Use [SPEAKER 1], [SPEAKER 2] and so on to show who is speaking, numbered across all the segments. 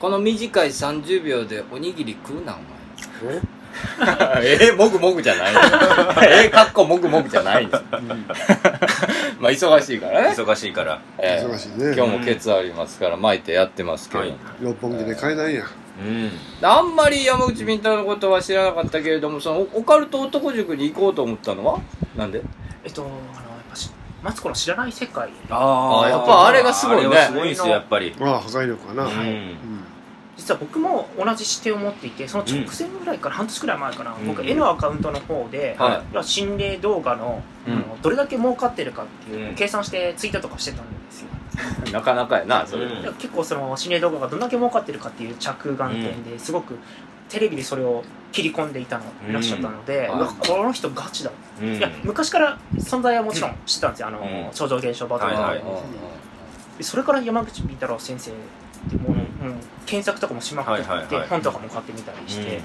[SPEAKER 1] この短い30秒でおにぎり食うなお前
[SPEAKER 2] え
[SPEAKER 3] えー、もぐもぐじゃない えー、かっこもぐもぐじゃないんですまあ忙しいからね、
[SPEAKER 4] 忙しいから
[SPEAKER 3] えー
[SPEAKER 2] 忙しいね
[SPEAKER 3] 今日もケツありますから巻いてやってますけど、
[SPEAKER 4] はい
[SPEAKER 2] 六本木で買えないや
[SPEAKER 4] うん
[SPEAKER 3] あんまり山口み太のことは知らなかったけれどもそのオカルト男塾に行こうと思ったのはなんで
[SPEAKER 5] えっとあのやっぱしマツコの知らない世界
[SPEAKER 4] あ
[SPEAKER 3] あやっぱあれがすごいね
[SPEAKER 4] あれはすごいんですよやっぱり
[SPEAKER 2] まあ破壊力かな、
[SPEAKER 4] う
[SPEAKER 2] うん
[SPEAKER 4] ん
[SPEAKER 5] 実は僕も同じ視点を持っていてその直前ぐらいから、半年ぐらい前かな、
[SPEAKER 4] うん
[SPEAKER 5] 僕絵のアカウントの方で、
[SPEAKER 3] は
[SPEAKER 5] 要は心霊動画の,、
[SPEAKER 3] うん
[SPEAKER 5] あのどれだけ儲かってるかっていうの
[SPEAKER 4] う
[SPEAKER 5] を
[SPEAKER 4] ん
[SPEAKER 5] 計算してツイートとかしてたんですよ、
[SPEAKER 3] なかなかやなそれ、
[SPEAKER 4] うん
[SPEAKER 5] で結構その心霊動画がどんだけ儲かってるかっていう着眼点ですごくテレビでそれを切り込んでいたのいらっしゃったので、
[SPEAKER 3] うん
[SPEAKER 5] うわこの人ガチだ、
[SPEAKER 4] うん
[SPEAKER 5] いや昔から存在はもちろん知ってたんですよあの、
[SPEAKER 4] うん
[SPEAKER 5] 超常現象バトル
[SPEAKER 4] は
[SPEAKER 5] と
[SPEAKER 4] いはい
[SPEAKER 5] か、
[SPEAKER 3] うんうん
[SPEAKER 5] でそれから山口み太郎先生ってもう、うん検索とかもしまくって、
[SPEAKER 4] はいはいはい
[SPEAKER 5] 本とかも買ってみたりして、
[SPEAKER 4] うん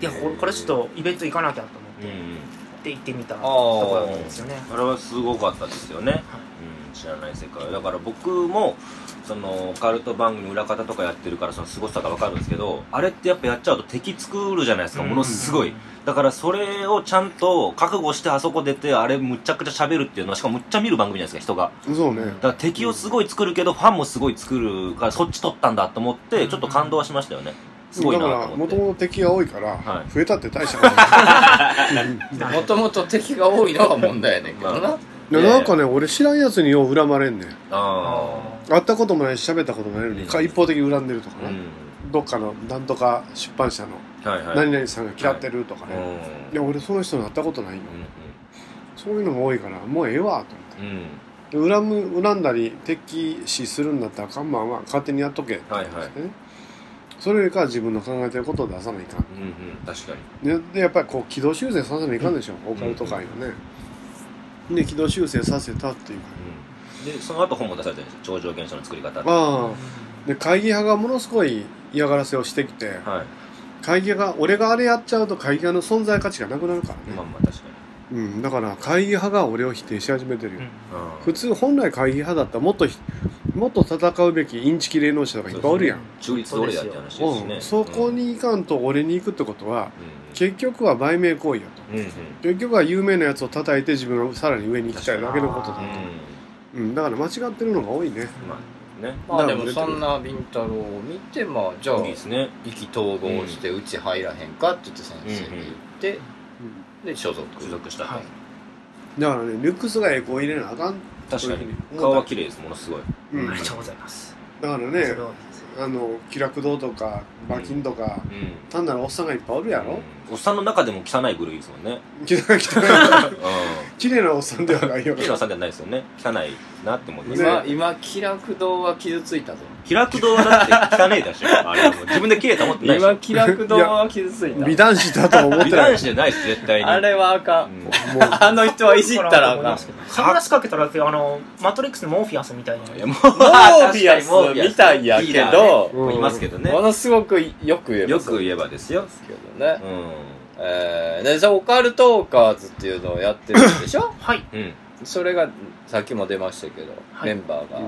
[SPEAKER 5] でここれちょっとイベント行かなきゃと思
[SPEAKER 4] うんうん
[SPEAKER 5] って行ってみたと
[SPEAKER 3] あ
[SPEAKER 5] ころだったんですよね
[SPEAKER 4] あれはすごかったですよね、うん、知らない世界だから僕もそのオカルト番組裏方とかやってるからその凄さが分かるんですけどあれってやっぱやっちゃうと敵作るじゃないですかものすごい、だからそれをちゃんと覚悟してあそこ出てあれむちゃくちゃ喋るっていうのはしかもむっちゃ見る番組じゃないですか人が
[SPEAKER 2] そうね
[SPEAKER 4] だから敵をすごい作るけどファンもすごい作るからそっち取ったんだと思ってちょっと感動はしましたよねすごい
[SPEAKER 2] だ
[SPEAKER 4] な
[SPEAKER 2] か
[SPEAKER 4] と
[SPEAKER 2] ら
[SPEAKER 4] 思っ
[SPEAKER 2] 元
[SPEAKER 4] て
[SPEAKER 2] 々敵が多いから、
[SPEAKER 4] はい
[SPEAKER 2] 増えたって大した こと
[SPEAKER 1] うんもともと敵が多いのが問題やねん けど
[SPEAKER 4] ま
[SPEAKER 1] な
[SPEAKER 2] ないいやなんかね俺知らんやつによう恨まれんねん
[SPEAKER 4] あ
[SPEAKER 2] 会ったこともないし喋ったこともないのにか一方的に恨んでるとか
[SPEAKER 4] あう
[SPEAKER 2] ね、
[SPEAKER 4] ん
[SPEAKER 2] どっかのなんとか出版社の
[SPEAKER 4] はいはい
[SPEAKER 2] 何々さんが嫌ってるとかね、い、
[SPEAKER 4] う
[SPEAKER 2] や俺その人に会ったことないよ
[SPEAKER 4] ん
[SPEAKER 2] そういうのも多いからもうええわと思
[SPEAKER 4] うんうん
[SPEAKER 2] ってで恨む恨んだり敵視するんだったら看板は勝手にやっとけって言うんですよね、それよりかは自分の考えてることを出さないかん
[SPEAKER 4] うんうん確かに
[SPEAKER 2] ででやっぱりこう軌道修正させないかんでしょ、オカルト界がね、で軌道修正させたっていうか
[SPEAKER 4] でその後本も出されてるんですよ超常現象の作り方って
[SPEAKER 2] ああで会議派がものすごい嫌がらせをしてきて、
[SPEAKER 4] はい
[SPEAKER 2] 会議派が俺があれやっちゃうと会議派の存在価値がなくなるからね、
[SPEAKER 4] まあまあ確かに
[SPEAKER 2] うん、だから会議派が俺を否定し始めてるよ、
[SPEAKER 4] うん
[SPEAKER 2] 普通本来会議派だったらもっとひもっと戦うべきインチキ霊能者とかいっぱいおるやん
[SPEAKER 4] 中立で俺やって話です
[SPEAKER 2] う
[SPEAKER 4] ね
[SPEAKER 2] ん、そこに行かんと俺に行くってことは結局は売名行為やと
[SPEAKER 4] うんうんうん
[SPEAKER 2] 結局は有名なやつを叩いて自分がさらに上に行きたいだけのことだと、うん、だから間違ってるのが多いね
[SPEAKER 4] まあね
[SPEAKER 1] まあでもそんなビンタロウを見てまあじゃあ
[SPEAKER 4] いいですね
[SPEAKER 1] 意気投合してうち入らへんかって言って先生に言って、で所属
[SPEAKER 4] 所属した
[SPEAKER 5] はい
[SPEAKER 2] だからねルックスがエコを入れなあかん
[SPEAKER 4] 確か
[SPEAKER 2] そうい
[SPEAKER 4] に
[SPEAKER 2] うふうに
[SPEAKER 4] 顔は綺麗ですものすごい
[SPEAKER 2] うん
[SPEAKER 5] あ
[SPEAKER 2] だ
[SPEAKER 5] りが
[SPEAKER 2] か
[SPEAKER 5] とうございます、
[SPEAKER 2] ら
[SPEAKER 5] そ
[SPEAKER 2] ね
[SPEAKER 5] れは
[SPEAKER 2] あの気楽堂とか馬金とか、
[SPEAKER 4] うん
[SPEAKER 2] 単なるおっさんがいっぱいおるやろ、
[SPEAKER 4] うんおっさんの中でも汚い部類ですもんね
[SPEAKER 2] きれいきれ
[SPEAKER 4] うん
[SPEAKER 2] い 綺麗なおっさんではない よ
[SPEAKER 4] 平野さんじゃないですよね汚いなって思います
[SPEAKER 1] 今今気楽堂は傷ついたぞ
[SPEAKER 4] 平久堂はだって汚いだしあれもう自分で綺麗と思ってないし
[SPEAKER 1] 今気楽堂は傷ついた
[SPEAKER 2] 美男子だとは思って
[SPEAKER 4] 美
[SPEAKER 2] ない
[SPEAKER 4] 男子じゃないです絶対に
[SPEAKER 1] あれはあか
[SPEAKER 4] うんん
[SPEAKER 1] あの人はいじったらあ
[SPEAKER 5] 思い
[SPEAKER 1] かん
[SPEAKER 5] ますけどサングラスかけたらあのマトリックスのモーフィアスみたいない
[SPEAKER 4] やもう
[SPEAKER 1] モーフィアスみたいやけ
[SPEAKER 4] リーダ
[SPEAKER 1] ど、
[SPEAKER 4] ーねいますけどね
[SPEAKER 1] ものすごくよく言え
[SPEAKER 4] よ
[SPEAKER 1] ます
[SPEAKER 4] く言えばですよ
[SPEAKER 1] けどね、
[SPEAKER 4] う
[SPEAKER 1] えー、でじゃあオカルトーカーズっていうのをやってるんでしょ
[SPEAKER 5] はい
[SPEAKER 4] んうん
[SPEAKER 1] それがさっきも出ましたけど、
[SPEAKER 5] はい
[SPEAKER 1] メンバーが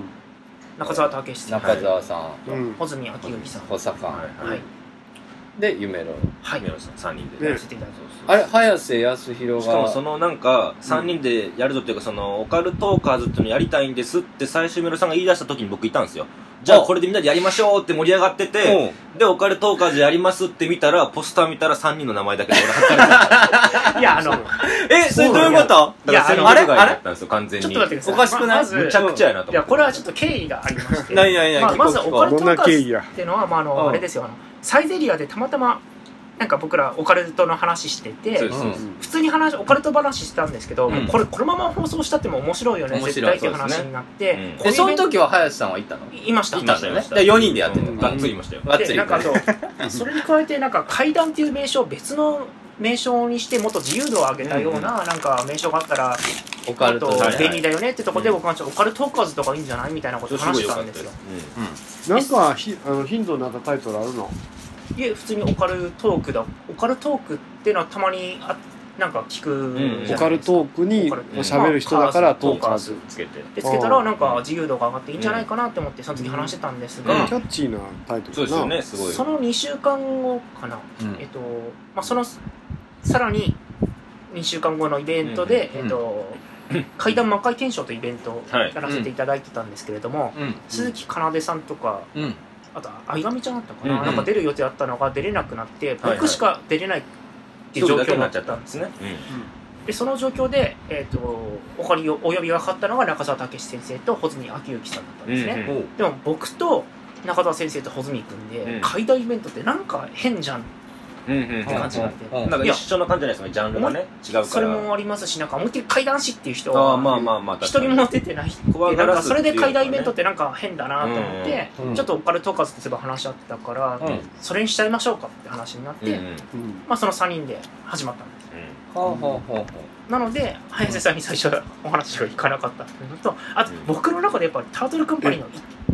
[SPEAKER 5] 中澤武史さん
[SPEAKER 1] 中澤さん、
[SPEAKER 2] うん
[SPEAKER 5] 穂積昭之さんは
[SPEAKER 1] 補佐官、
[SPEAKER 4] はい
[SPEAKER 5] い
[SPEAKER 1] で夢郎
[SPEAKER 5] はい
[SPEAKER 4] 宮野さん三人で
[SPEAKER 2] ね
[SPEAKER 5] やらせていただきます
[SPEAKER 1] あれ早瀬康弘
[SPEAKER 4] しかも
[SPEAKER 1] が
[SPEAKER 4] そのなんか3人でやるぞっていうかそのオカルトーカーズっていうのやりたいんですって最終メロさんが言い出した時に僕いたんですよじゃあこれでみんなでやりましょうって盛り上がっててでオカルトーカーズやりますって見たらポスター見たら3人の名前だけで俺貼った
[SPEAKER 5] いやあの
[SPEAKER 1] えそれどういうこと
[SPEAKER 4] りだから戦
[SPEAKER 1] あれ
[SPEAKER 4] 力外
[SPEAKER 1] あ
[SPEAKER 4] だっ
[SPEAKER 1] れ
[SPEAKER 4] たんですよ完全
[SPEAKER 5] ちょっ
[SPEAKER 4] に
[SPEAKER 5] と待ってください
[SPEAKER 1] おかしくない
[SPEAKER 5] ままず
[SPEAKER 4] むちゃくちゃやなと
[SPEAKER 5] い
[SPEAKER 4] 思
[SPEAKER 5] や
[SPEAKER 4] って
[SPEAKER 5] これはちょっと経緯がありまして
[SPEAKER 1] 何々々
[SPEAKER 5] まあ、まず
[SPEAKER 1] 聞こう聞
[SPEAKER 5] オ
[SPEAKER 1] こう
[SPEAKER 5] カルト
[SPEAKER 2] どんな
[SPEAKER 5] ーカ
[SPEAKER 2] 経
[SPEAKER 5] ー
[SPEAKER 2] 緯や
[SPEAKER 5] ズっていうのは、まあ、あ
[SPEAKER 1] うん
[SPEAKER 5] のあれですよあのサイゼリアでたまたまなんか僕らオカルトの話して
[SPEAKER 4] そう
[SPEAKER 5] て
[SPEAKER 4] ですそうです
[SPEAKER 5] 普通に話オカルト話したんですけど、
[SPEAKER 4] うん
[SPEAKER 5] これこのまま放送したっても面白いよね
[SPEAKER 4] 面
[SPEAKER 5] 絶
[SPEAKER 4] 白
[SPEAKER 5] 対
[SPEAKER 4] い
[SPEAKER 5] っていう話
[SPEAKER 4] そうですね
[SPEAKER 5] になって、
[SPEAKER 4] うん
[SPEAKER 5] こうい
[SPEAKER 1] え
[SPEAKER 5] う
[SPEAKER 1] その時は林さんはいたの
[SPEAKER 5] いました
[SPEAKER 4] いたんだよね
[SPEAKER 1] で4人でやってる
[SPEAKER 4] うん
[SPEAKER 1] の
[SPEAKER 4] がっつり言いましたよ
[SPEAKER 1] がっつ
[SPEAKER 5] で
[SPEAKER 1] り
[SPEAKER 5] なんかあ とそれに加えてなんか階段っていう名称を別の名称にしてもっと自由度を上げたような、なんか名称があったら
[SPEAKER 1] オカルト
[SPEAKER 5] もっ
[SPEAKER 4] だね
[SPEAKER 5] と便利だよねってとこで
[SPEAKER 4] うん
[SPEAKER 5] 僕はちょっとオカルトーカーズとかいいんじゃないみたいなことを
[SPEAKER 4] すご
[SPEAKER 5] 話
[SPEAKER 4] い
[SPEAKER 5] し
[SPEAKER 4] 良
[SPEAKER 5] た
[SPEAKER 4] か
[SPEAKER 5] ん
[SPEAKER 4] った
[SPEAKER 5] で
[SPEAKER 4] ですす
[SPEAKER 5] よ
[SPEAKER 2] なんかひあのヒントになったタイトルあるの
[SPEAKER 5] いえ普通にオカルトークだオカルトークっていうのはたまにあなんか聞くじ
[SPEAKER 2] オ
[SPEAKER 5] ゃな
[SPEAKER 2] カ
[SPEAKER 5] い
[SPEAKER 2] ル
[SPEAKER 5] ですか
[SPEAKER 2] トークに
[SPEAKER 5] オカル
[SPEAKER 2] まあ喋る人だからトーカーズ。
[SPEAKER 1] つけて。
[SPEAKER 5] でつけたらなんか自由度が上がっていいんじゃないかなって思ってその時話してたんです
[SPEAKER 4] う
[SPEAKER 5] が、
[SPEAKER 4] ん
[SPEAKER 2] キャッチーなタイト
[SPEAKER 4] そう
[SPEAKER 2] ル
[SPEAKER 4] ですよ
[SPEAKER 2] だな。
[SPEAKER 4] ね、すごい。
[SPEAKER 5] その2週間後かな、
[SPEAKER 1] うん
[SPEAKER 5] えっとまあ、そのさらに2週間後のイベントで、
[SPEAKER 1] うん
[SPEAKER 5] えっと怪談魔界検証というイベントを
[SPEAKER 4] はい
[SPEAKER 5] やらせていただいてたんですけれども、
[SPEAKER 1] うん。
[SPEAKER 5] 鈴木かなでさんとか
[SPEAKER 1] うん。
[SPEAKER 5] あと相上ちゃんだったかな、
[SPEAKER 4] うんうん
[SPEAKER 5] なんか出る予定あったのが出れなくなっ
[SPEAKER 4] は
[SPEAKER 5] て、
[SPEAKER 4] い
[SPEAKER 5] 僕しか出れないっていう状
[SPEAKER 4] 状況
[SPEAKER 5] 況
[SPEAKER 4] にな
[SPEAKER 5] にな
[SPEAKER 4] っ
[SPEAKER 5] っ
[SPEAKER 4] ち
[SPEAKER 5] ち
[SPEAKER 4] ゃ
[SPEAKER 5] ゃ
[SPEAKER 4] っ
[SPEAKER 5] ったた
[SPEAKER 4] んですね。
[SPEAKER 5] でその状況で、えっとお借りをお呼びがかかったのが中澤武史先生と穂積昭之さんだったんですね、
[SPEAKER 4] うんうん
[SPEAKER 5] でも僕と中澤先生と穂積君で、
[SPEAKER 4] うん
[SPEAKER 5] 怪談イベントってなんか変じゃん
[SPEAKER 4] うんうん
[SPEAKER 5] って感じになって、
[SPEAKER 1] うん
[SPEAKER 4] なんか一緒の感じじゃないですか、ジャンルがね、違うから。
[SPEAKER 5] それもありますしなんか思いっきり怪談師っていう人
[SPEAKER 4] ああ、ま
[SPEAKER 5] は
[SPEAKER 4] あまあまあ、
[SPEAKER 5] 一
[SPEAKER 4] 確かに
[SPEAKER 5] 人も出てないって
[SPEAKER 4] 怖
[SPEAKER 5] な
[SPEAKER 4] が
[SPEAKER 5] ん
[SPEAKER 4] ら
[SPEAKER 5] か
[SPEAKER 4] す
[SPEAKER 5] それで怪談イベントっ
[SPEAKER 4] って
[SPEAKER 5] てなんか変だなと思って、
[SPEAKER 1] うんうん
[SPEAKER 5] ちょっとオカルトーカーズってすごい話し合ってたから、
[SPEAKER 1] うん
[SPEAKER 5] それにしちゃいましょうかって話になって、
[SPEAKER 4] いうのがね。
[SPEAKER 2] うん
[SPEAKER 5] まあ、その3人で始まったんです
[SPEAKER 1] ほうほうほうほ
[SPEAKER 5] なので早瀬さんに最初お話がいかなかったっていうのとあと
[SPEAKER 4] うん
[SPEAKER 5] 僕の中でやっぱりタートルカンパニーの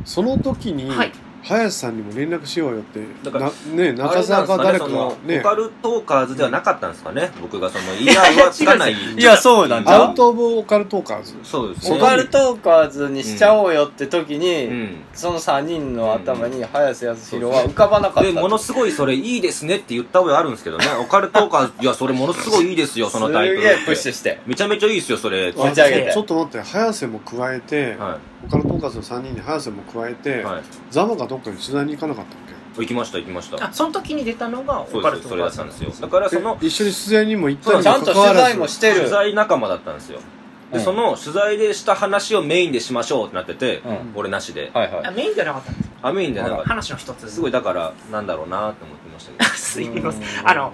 [SPEAKER 2] その時に、
[SPEAKER 5] はい
[SPEAKER 2] 林さんにも連絡しようよって、
[SPEAKER 4] だから
[SPEAKER 2] なね、
[SPEAKER 4] うん。
[SPEAKER 2] 中澤か誰かが
[SPEAKER 4] のオ
[SPEAKER 2] ね、
[SPEAKER 4] カルトーカーズではなかったんですかね、僕がその、いや、はつかない。
[SPEAKER 1] う。いや、そうなんじ
[SPEAKER 2] ア
[SPEAKER 1] ゃ
[SPEAKER 2] ウ。ト・オブ・オカルトーカーズ。
[SPEAKER 4] そうです
[SPEAKER 1] オ
[SPEAKER 4] ね。
[SPEAKER 1] カルトーカーズにしちゃおうよって時
[SPEAKER 4] う
[SPEAKER 1] に、
[SPEAKER 4] ん。
[SPEAKER 1] その3人の頭に早瀬康弘は浮かばなかった。
[SPEAKER 4] で、ものすごいそれいいですねって言った覚えあるんですけどね、オカルトーカーズ、いや、それものすごいいいですよ、そのタイトルっ
[SPEAKER 1] す
[SPEAKER 4] て。
[SPEAKER 1] げえプッシュして。
[SPEAKER 4] めちゃめちゃいいですよ、それ。
[SPEAKER 1] 持ち上げ
[SPEAKER 2] あ
[SPEAKER 1] て
[SPEAKER 2] ちょっと待って、早瀬も加えて、
[SPEAKER 4] は
[SPEAKER 2] オカルトーカーズの3人に早瀬も加え
[SPEAKER 4] い。
[SPEAKER 2] て、
[SPEAKER 4] はい。
[SPEAKER 2] ザボがどっかに取材に行かなかったっ
[SPEAKER 4] 行きました、行きました
[SPEAKER 5] あ。その時に出たのがオ
[SPEAKER 4] そ
[SPEAKER 5] カ
[SPEAKER 4] う
[SPEAKER 5] ル
[SPEAKER 4] です、
[SPEAKER 5] ト
[SPEAKER 4] それ
[SPEAKER 5] ー
[SPEAKER 4] だ
[SPEAKER 5] カー
[SPEAKER 4] っ
[SPEAKER 5] ズ
[SPEAKER 4] た
[SPEAKER 5] なんん
[SPEAKER 4] で
[SPEAKER 5] です
[SPEAKER 4] よ。だから、
[SPEAKER 2] け
[SPEAKER 4] その、
[SPEAKER 2] 一緒に取材にも行ったに
[SPEAKER 1] ちゃ
[SPEAKER 2] も
[SPEAKER 1] んと
[SPEAKER 2] かかわ
[SPEAKER 1] 取
[SPEAKER 2] ら
[SPEAKER 1] 材
[SPEAKER 2] ず
[SPEAKER 1] もして
[SPEAKER 4] 取
[SPEAKER 1] る。
[SPEAKER 4] 材仲間だったんですよ、
[SPEAKER 1] うん
[SPEAKER 4] でその取材でした話をメインでしましょうってなってて、
[SPEAKER 1] うんはい
[SPEAKER 4] 俺なしで
[SPEAKER 5] あ
[SPEAKER 1] は
[SPEAKER 5] メインじゃなかったんです
[SPEAKER 4] あメインでなんか
[SPEAKER 5] 話の一つ
[SPEAKER 4] すごいだからなんだろうなって思ってましたけ
[SPEAKER 5] す
[SPEAKER 1] い。
[SPEAKER 5] いませんあの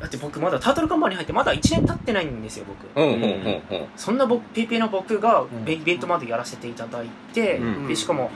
[SPEAKER 5] だって僕まだタートルカンパニー入ってまだ1年経ってないんですよ僕
[SPEAKER 1] うんうんうんうん。
[SPEAKER 5] そんな僕ペイペイの僕が
[SPEAKER 1] ん
[SPEAKER 5] イベントまでやらせていただいて、
[SPEAKER 1] うん
[SPEAKER 5] でしかも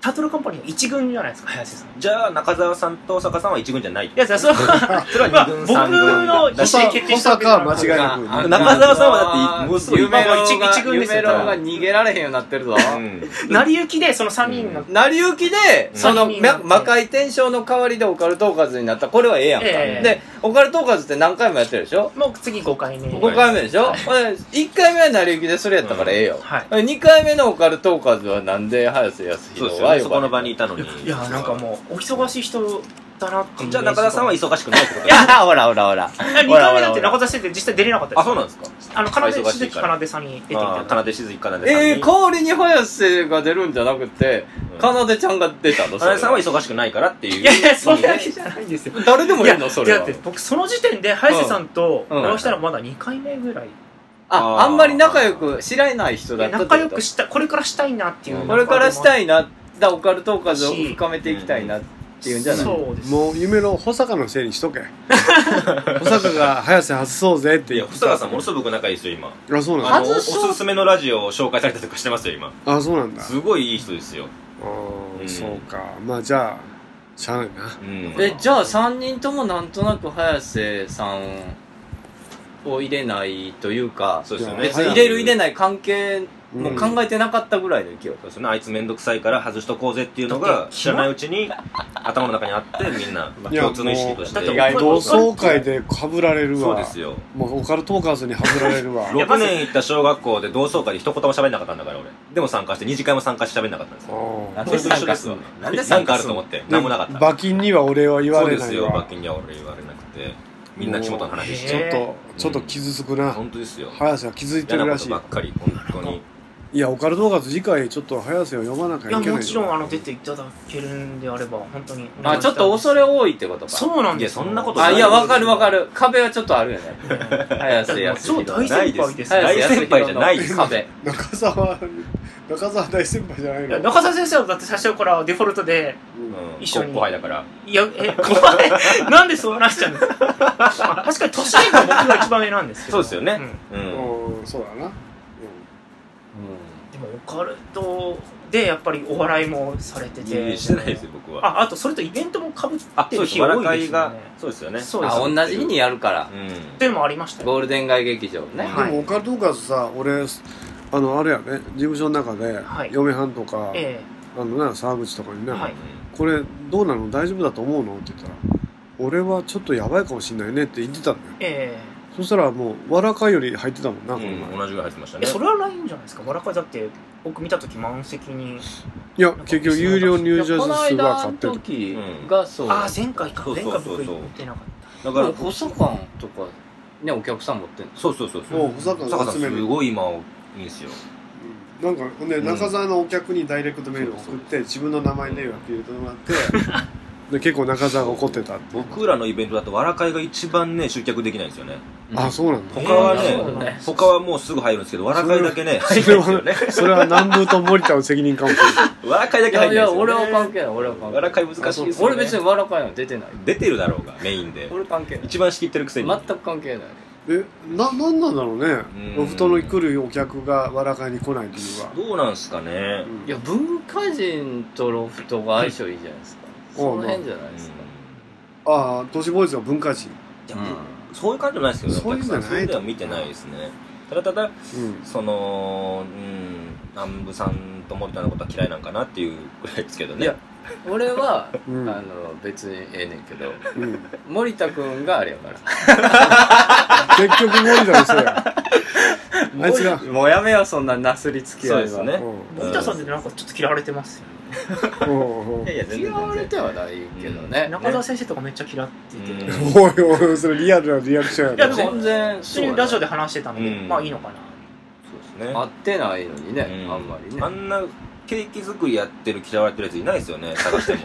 [SPEAKER 5] タートルカンパニーの一軍じゃないですか早瀬さん
[SPEAKER 4] どじゃあ中澤さんと大阪さんは一軍じゃない
[SPEAKER 5] いやそれは
[SPEAKER 4] それ
[SPEAKER 5] ま
[SPEAKER 4] は
[SPEAKER 5] あ
[SPEAKER 4] 二軍
[SPEAKER 5] 僕
[SPEAKER 4] 三軍
[SPEAKER 5] の
[SPEAKER 2] 補
[SPEAKER 5] 意思で
[SPEAKER 2] 佐
[SPEAKER 5] 決定
[SPEAKER 2] 補
[SPEAKER 5] したわ
[SPEAKER 2] 佐
[SPEAKER 5] けじゃ
[SPEAKER 2] か
[SPEAKER 5] な
[SPEAKER 2] 間違
[SPEAKER 5] かった
[SPEAKER 2] いな
[SPEAKER 4] あ
[SPEAKER 2] く
[SPEAKER 4] あ中澤さんはだってもうすぐ
[SPEAKER 1] 夢
[SPEAKER 4] 今
[SPEAKER 1] 郎
[SPEAKER 4] 頃
[SPEAKER 1] が
[SPEAKER 5] 一軍ですよ
[SPEAKER 1] 夢郎が逃げられへんようになってるぞ。
[SPEAKER 4] うん
[SPEAKER 5] 成り行きでその3人の、
[SPEAKER 4] う
[SPEAKER 1] 成り行きで、
[SPEAKER 4] うん
[SPEAKER 1] その、
[SPEAKER 5] うん
[SPEAKER 1] ま魔界転生の代わりでオカルトーカーズになった。これはええやんか。
[SPEAKER 5] ええ
[SPEAKER 1] で、オカルトーカーズって何回もやってるでしょ
[SPEAKER 5] もう次5回目
[SPEAKER 4] 五
[SPEAKER 1] 5回目でしょ、
[SPEAKER 4] は
[SPEAKER 1] 1回目は成り行きでそれやったからええよ、
[SPEAKER 5] はい
[SPEAKER 1] 2回目のオカルトーカーズはなんで早瀬康
[SPEAKER 4] そうです
[SPEAKER 1] 弘
[SPEAKER 4] よ
[SPEAKER 1] は
[SPEAKER 4] ねそこの
[SPEAKER 1] 呼ば
[SPEAKER 4] 場
[SPEAKER 1] れ
[SPEAKER 4] に
[SPEAKER 1] い
[SPEAKER 4] いたのに
[SPEAKER 5] いやなんかもうお忙しい人だなっていう
[SPEAKER 4] じゃあ中澤さんは
[SPEAKER 5] 2
[SPEAKER 4] 忙しくないってこと
[SPEAKER 1] やほらほらほら
[SPEAKER 5] 回目だって中田先生実際出れなかったで
[SPEAKER 4] あ
[SPEAKER 5] す
[SPEAKER 4] そうなんですか
[SPEAKER 5] あの奏
[SPEAKER 4] 忙しい
[SPEAKER 5] で
[SPEAKER 4] から
[SPEAKER 5] 鈴木奏でさんに出てい
[SPEAKER 4] あー
[SPEAKER 5] ただい
[SPEAKER 4] 奏手静木奏でさんに
[SPEAKER 1] えー、代わりに早瀬が出るんじゃなくて
[SPEAKER 4] うん
[SPEAKER 1] かなでちゃんが出たのそ
[SPEAKER 4] 奏
[SPEAKER 1] れ
[SPEAKER 4] 手さんは忙しくないからっていう
[SPEAKER 5] て
[SPEAKER 4] い
[SPEAKER 5] いやいやそれだけじゃないんですよ
[SPEAKER 1] 誰でも
[SPEAKER 5] い
[SPEAKER 1] いい
[SPEAKER 5] や
[SPEAKER 1] のそれ
[SPEAKER 5] だ
[SPEAKER 1] は
[SPEAKER 5] って僕その時点で早瀬さんと
[SPEAKER 1] うん
[SPEAKER 5] お会いしたらまだ2回目ぐらい
[SPEAKER 1] ああんまり仲良く知らない人だったってこと
[SPEAKER 5] 仲良くしたこれからしたいなっていう
[SPEAKER 4] うん
[SPEAKER 1] これからした
[SPEAKER 5] い
[SPEAKER 1] いなだオカルトーカーズを深めていきたいなっていうんじゃない、
[SPEAKER 5] そうです
[SPEAKER 2] もう夢の保坂のせいにしとけ保坂が早瀬外そうぜって言
[SPEAKER 4] いや
[SPEAKER 2] っ
[SPEAKER 4] 保
[SPEAKER 2] て
[SPEAKER 4] 坂さんものすごく仲いいですよ今
[SPEAKER 2] あそうなん
[SPEAKER 4] あ
[SPEAKER 2] だ
[SPEAKER 4] のおすすめのラジオを紹介されたりとかしてますよ今
[SPEAKER 2] あそうなんだ
[SPEAKER 4] すごいいい人ですよ
[SPEAKER 2] あ
[SPEAKER 4] う
[SPEAKER 2] あ
[SPEAKER 4] ん
[SPEAKER 2] そうかまあじゃあしゃあないな
[SPEAKER 4] うん
[SPEAKER 1] えじゃあ3人ともなんとなく早瀬さんを入れないというか
[SPEAKER 4] そうですよね
[SPEAKER 1] 別に入れる入れ
[SPEAKER 4] ない
[SPEAKER 1] ない関係もう考えてなかったぐらいの勢い、
[SPEAKER 4] そうですよねあいつめんどくさいから外しとこうぜっていうのが知らないうちに頭の中にあってみんな共通の意識として
[SPEAKER 5] いやもう
[SPEAKER 4] 意外
[SPEAKER 1] と
[SPEAKER 2] 同窓会でかぶられる
[SPEAKER 4] そう
[SPEAKER 2] わ
[SPEAKER 4] ですよ
[SPEAKER 2] もうオカルトーカーズにはぶられ るわ
[SPEAKER 5] や
[SPEAKER 4] 6年行った小学校で同窓会で一言も喋んなかったんだから俺でも参加して2次会も参加して喋んなかったんですよ
[SPEAKER 2] あ
[SPEAKER 1] なん
[SPEAKER 2] あ
[SPEAKER 1] で
[SPEAKER 4] それと一緒です
[SPEAKER 1] 参加すん
[SPEAKER 4] わ
[SPEAKER 1] のな
[SPEAKER 4] なんん
[SPEAKER 1] で参加すんの
[SPEAKER 4] かあると思って何もなかった
[SPEAKER 2] 罰金にはお礼は言
[SPEAKER 4] そ
[SPEAKER 2] わ
[SPEAKER 4] う
[SPEAKER 2] れ
[SPEAKER 4] で
[SPEAKER 2] な
[SPEAKER 4] す
[SPEAKER 2] い
[SPEAKER 4] よ罰
[SPEAKER 2] わ
[SPEAKER 4] 金には俺言われなくてみんな地元の話し
[SPEAKER 2] ちょ
[SPEAKER 4] て
[SPEAKER 2] っとちょっと傷つくな
[SPEAKER 4] 本当ですよ
[SPEAKER 2] 早瀬は気づいて
[SPEAKER 4] 嫌な
[SPEAKER 2] るら
[SPEAKER 4] こと
[SPEAKER 2] しい
[SPEAKER 4] ばっかり本当に
[SPEAKER 2] いやオカルトーカーズ次回ちょっと早瀬を読まなきゃい
[SPEAKER 5] い
[SPEAKER 2] け
[SPEAKER 5] や
[SPEAKER 2] ない
[SPEAKER 5] もちろんあの出ていただけるんであれば本当に
[SPEAKER 1] あちょっと恐れ多いってことか
[SPEAKER 5] そうなん
[SPEAKER 4] い
[SPEAKER 5] で
[SPEAKER 4] や
[SPEAKER 5] す
[SPEAKER 4] そんなこと
[SPEAKER 1] あいやわかるわか
[SPEAKER 5] る
[SPEAKER 1] る壁はちょっとあるよ ね早瀬康
[SPEAKER 5] 超
[SPEAKER 1] 弘
[SPEAKER 5] 大先輩です
[SPEAKER 1] 早瀬康弘の
[SPEAKER 4] 大先輩じゃないです
[SPEAKER 1] 壁
[SPEAKER 2] 中澤中澤大先輩じゃない
[SPEAKER 5] いや
[SPEAKER 2] の
[SPEAKER 5] 中澤先生はだって最初からデフォルトで
[SPEAKER 4] うん
[SPEAKER 5] 一緒に
[SPEAKER 4] 後輩だから
[SPEAKER 5] いやえ怖い なんでそうなっちゃうんですか、まあ確かに年齢が僕が一番上なんですけ
[SPEAKER 4] そ
[SPEAKER 5] ど
[SPEAKER 4] うですよね
[SPEAKER 5] ん
[SPEAKER 4] うん
[SPEAKER 2] うんそうだな
[SPEAKER 5] でもオカルトでやっぱりお笑いもされて
[SPEAKER 4] いやい
[SPEAKER 5] て
[SPEAKER 4] やしてないですよ僕は
[SPEAKER 5] ああとそれとイベントもかぶっ
[SPEAKER 4] あ
[SPEAKER 5] て
[SPEAKER 4] そう
[SPEAKER 5] る
[SPEAKER 4] です
[SPEAKER 5] 日多
[SPEAKER 4] 笑会
[SPEAKER 5] いですよ
[SPEAKER 4] が
[SPEAKER 5] ね
[SPEAKER 4] そうですよね
[SPEAKER 5] そうです
[SPEAKER 1] あ
[SPEAKER 5] よね
[SPEAKER 1] 同じ日にやるから
[SPEAKER 4] うん
[SPEAKER 5] っていうのもありましたよ
[SPEAKER 1] ゴールデン街劇場ね、
[SPEAKER 2] うん
[SPEAKER 5] はい
[SPEAKER 2] でもオカルトーカーズさ俺あのあれやね事務所の中で
[SPEAKER 5] はい
[SPEAKER 2] 嫁はんとか
[SPEAKER 5] え
[SPEAKER 2] あのな沢口とかに
[SPEAKER 5] は
[SPEAKER 2] ない「これどうなの大丈夫だと思うの?」って言ったら「俺はちょっとやばいかもしんないねって言ってたんだよ
[SPEAKER 5] え
[SPEAKER 2] そしたらもうわらかより入ってたもんな、
[SPEAKER 4] う
[SPEAKER 2] この前
[SPEAKER 4] ん、同じぐらい入ってました
[SPEAKER 5] え
[SPEAKER 4] ね
[SPEAKER 5] えそれはないんじゃないですかわらかいだって僕見た時満席に
[SPEAKER 2] いや結局有料入場者
[SPEAKER 1] この
[SPEAKER 2] 数が
[SPEAKER 1] 間
[SPEAKER 2] 買
[SPEAKER 1] の
[SPEAKER 2] ってる
[SPEAKER 1] 時がそう、
[SPEAKER 5] ああ前回か
[SPEAKER 4] そう
[SPEAKER 5] 前
[SPEAKER 4] そう
[SPEAKER 5] 回
[SPEAKER 4] そうそう
[SPEAKER 5] 僕行ってなかっ
[SPEAKER 1] だ
[SPEAKER 4] だか
[SPEAKER 1] からら補佐官とかねお客さん持ってんの
[SPEAKER 4] そうそうそう
[SPEAKER 2] も
[SPEAKER 4] そうう
[SPEAKER 2] 保坂
[SPEAKER 4] 坂
[SPEAKER 2] が
[SPEAKER 4] さん
[SPEAKER 2] 集め
[SPEAKER 4] す
[SPEAKER 2] る
[SPEAKER 4] ごい今いいんですよ
[SPEAKER 2] なんかほんで
[SPEAKER 4] うん
[SPEAKER 2] 中澤のお客にダイレクトメールを送って自分の名前ねえわって入れてもらってで結構中澤が怒ってたっていう
[SPEAKER 4] 僕らのイベントだと笑かいが一番ね集客できないんですよね
[SPEAKER 2] あそうなんだ
[SPEAKER 4] 他は
[SPEAKER 5] えー
[SPEAKER 4] ね
[SPEAKER 5] そうなんだ
[SPEAKER 4] 他はもうすぐ入るんですけど笑かいだ けね入
[SPEAKER 2] そ
[SPEAKER 4] る
[SPEAKER 2] れ
[SPEAKER 4] んですよ
[SPEAKER 2] は、
[SPEAKER 4] ね
[SPEAKER 2] それは南部と森田の責任かもしれない
[SPEAKER 4] 笑かいだ
[SPEAKER 1] い
[SPEAKER 4] け入
[SPEAKER 1] やい
[SPEAKER 4] るんです
[SPEAKER 1] や
[SPEAKER 4] よね
[SPEAKER 1] 俺は関係ない俺は関係ない
[SPEAKER 4] 笑かい難しいですよね
[SPEAKER 1] あそう俺別に笑かいの出てない
[SPEAKER 4] 出てるだろうがメインで
[SPEAKER 1] 俺関係ない
[SPEAKER 4] 一番仕切ってるくせに
[SPEAKER 1] 全く関係ない
[SPEAKER 2] えななんなんだろうね
[SPEAKER 4] うん
[SPEAKER 2] ロフトの来るお客がわらかいに来ない理由は
[SPEAKER 4] どうなんすかね
[SPEAKER 2] うん
[SPEAKER 1] いや文化人とロフトが相性いいじゃないですか
[SPEAKER 2] ん
[SPEAKER 1] その辺じゃないですか
[SPEAKER 2] ああ都市ボーイズは文化人
[SPEAKER 4] うんいやそういう感じじゃないですけど
[SPEAKER 2] そういうんじゃない
[SPEAKER 4] お客さんそういうのは見てないですねただただ
[SPEAKER 2] うん
[SPEAKER 4] そのうん南部さんと森田のことは嫌いなんかなっていうぐらいですけどね
[SPEAKER 1] いや俺は
[SPEAKER 2] う
[SPEAKER 1] あ
[SPEAKER 2] ん
[SPEAKER 1] の別にええねんけど
[SPEAKER 2] うん
[SPEAKER 1] 森田君があれやから
[SPEAKER 2] 結局森田のせいやあいつが
[SPEAKER 1] もうやめよそんななすりつき
[SPEAKER 4] そ
[SPEAKER 1] 合
[SPEAKER 4] う
[SPEAKER 1] い
[SPEAKER 4] で
[SPEAKER 1] は
[SPEAKER 4] す
[SPEAKER 2] う
[SPEAKER 4] ね
[SPEAKER 2] ん
[SPEAKER 5] た森田さんでなんかちょっと嫌われてますよね
[SPEAKER 2] おうおう
[SPEAKER 4] いやいや全
[SPEAKER 1] 嫌
[SPEAKER 4] 然
[SPEAKER 1] われ
[SPEAKER 4] 全
[SPEAKER 1] て
[SPEAKER 4] 然
[SPEAKER 1] はないけどね
[SPEAKER 5] 中澤先生とかめっちゃ嫌ってて、
[SPEAKER 4] うん
[SPEAKER 2] おいおいそれリアルなリアクションや
[SPEAKER 5] いや
[SPEAKER 2] な
[SPEAKER 5] でも
[SPEAKER 1] 全然
[SPEAKER 5] 普
[SPEAKER 1] そ
[SPEAKER 5] 通
[SPEAKER 1] う
[SPEAKER 5] に
[SPEAKER 1] や
[SPEAKER 5] ラジオで話してたので、
[SPEAKER 4] うん
[SPEAKER 5] まあいいのかな
[SPEAKER 4] そうですね
[SPEAKER 1] 会ってないのにね
[SPEAKER 4] うん
[SPEAKER 1] あんまりね
[SPEAKER 4] あんなケーキ作りやってる嫌われてるやついないです よね探しても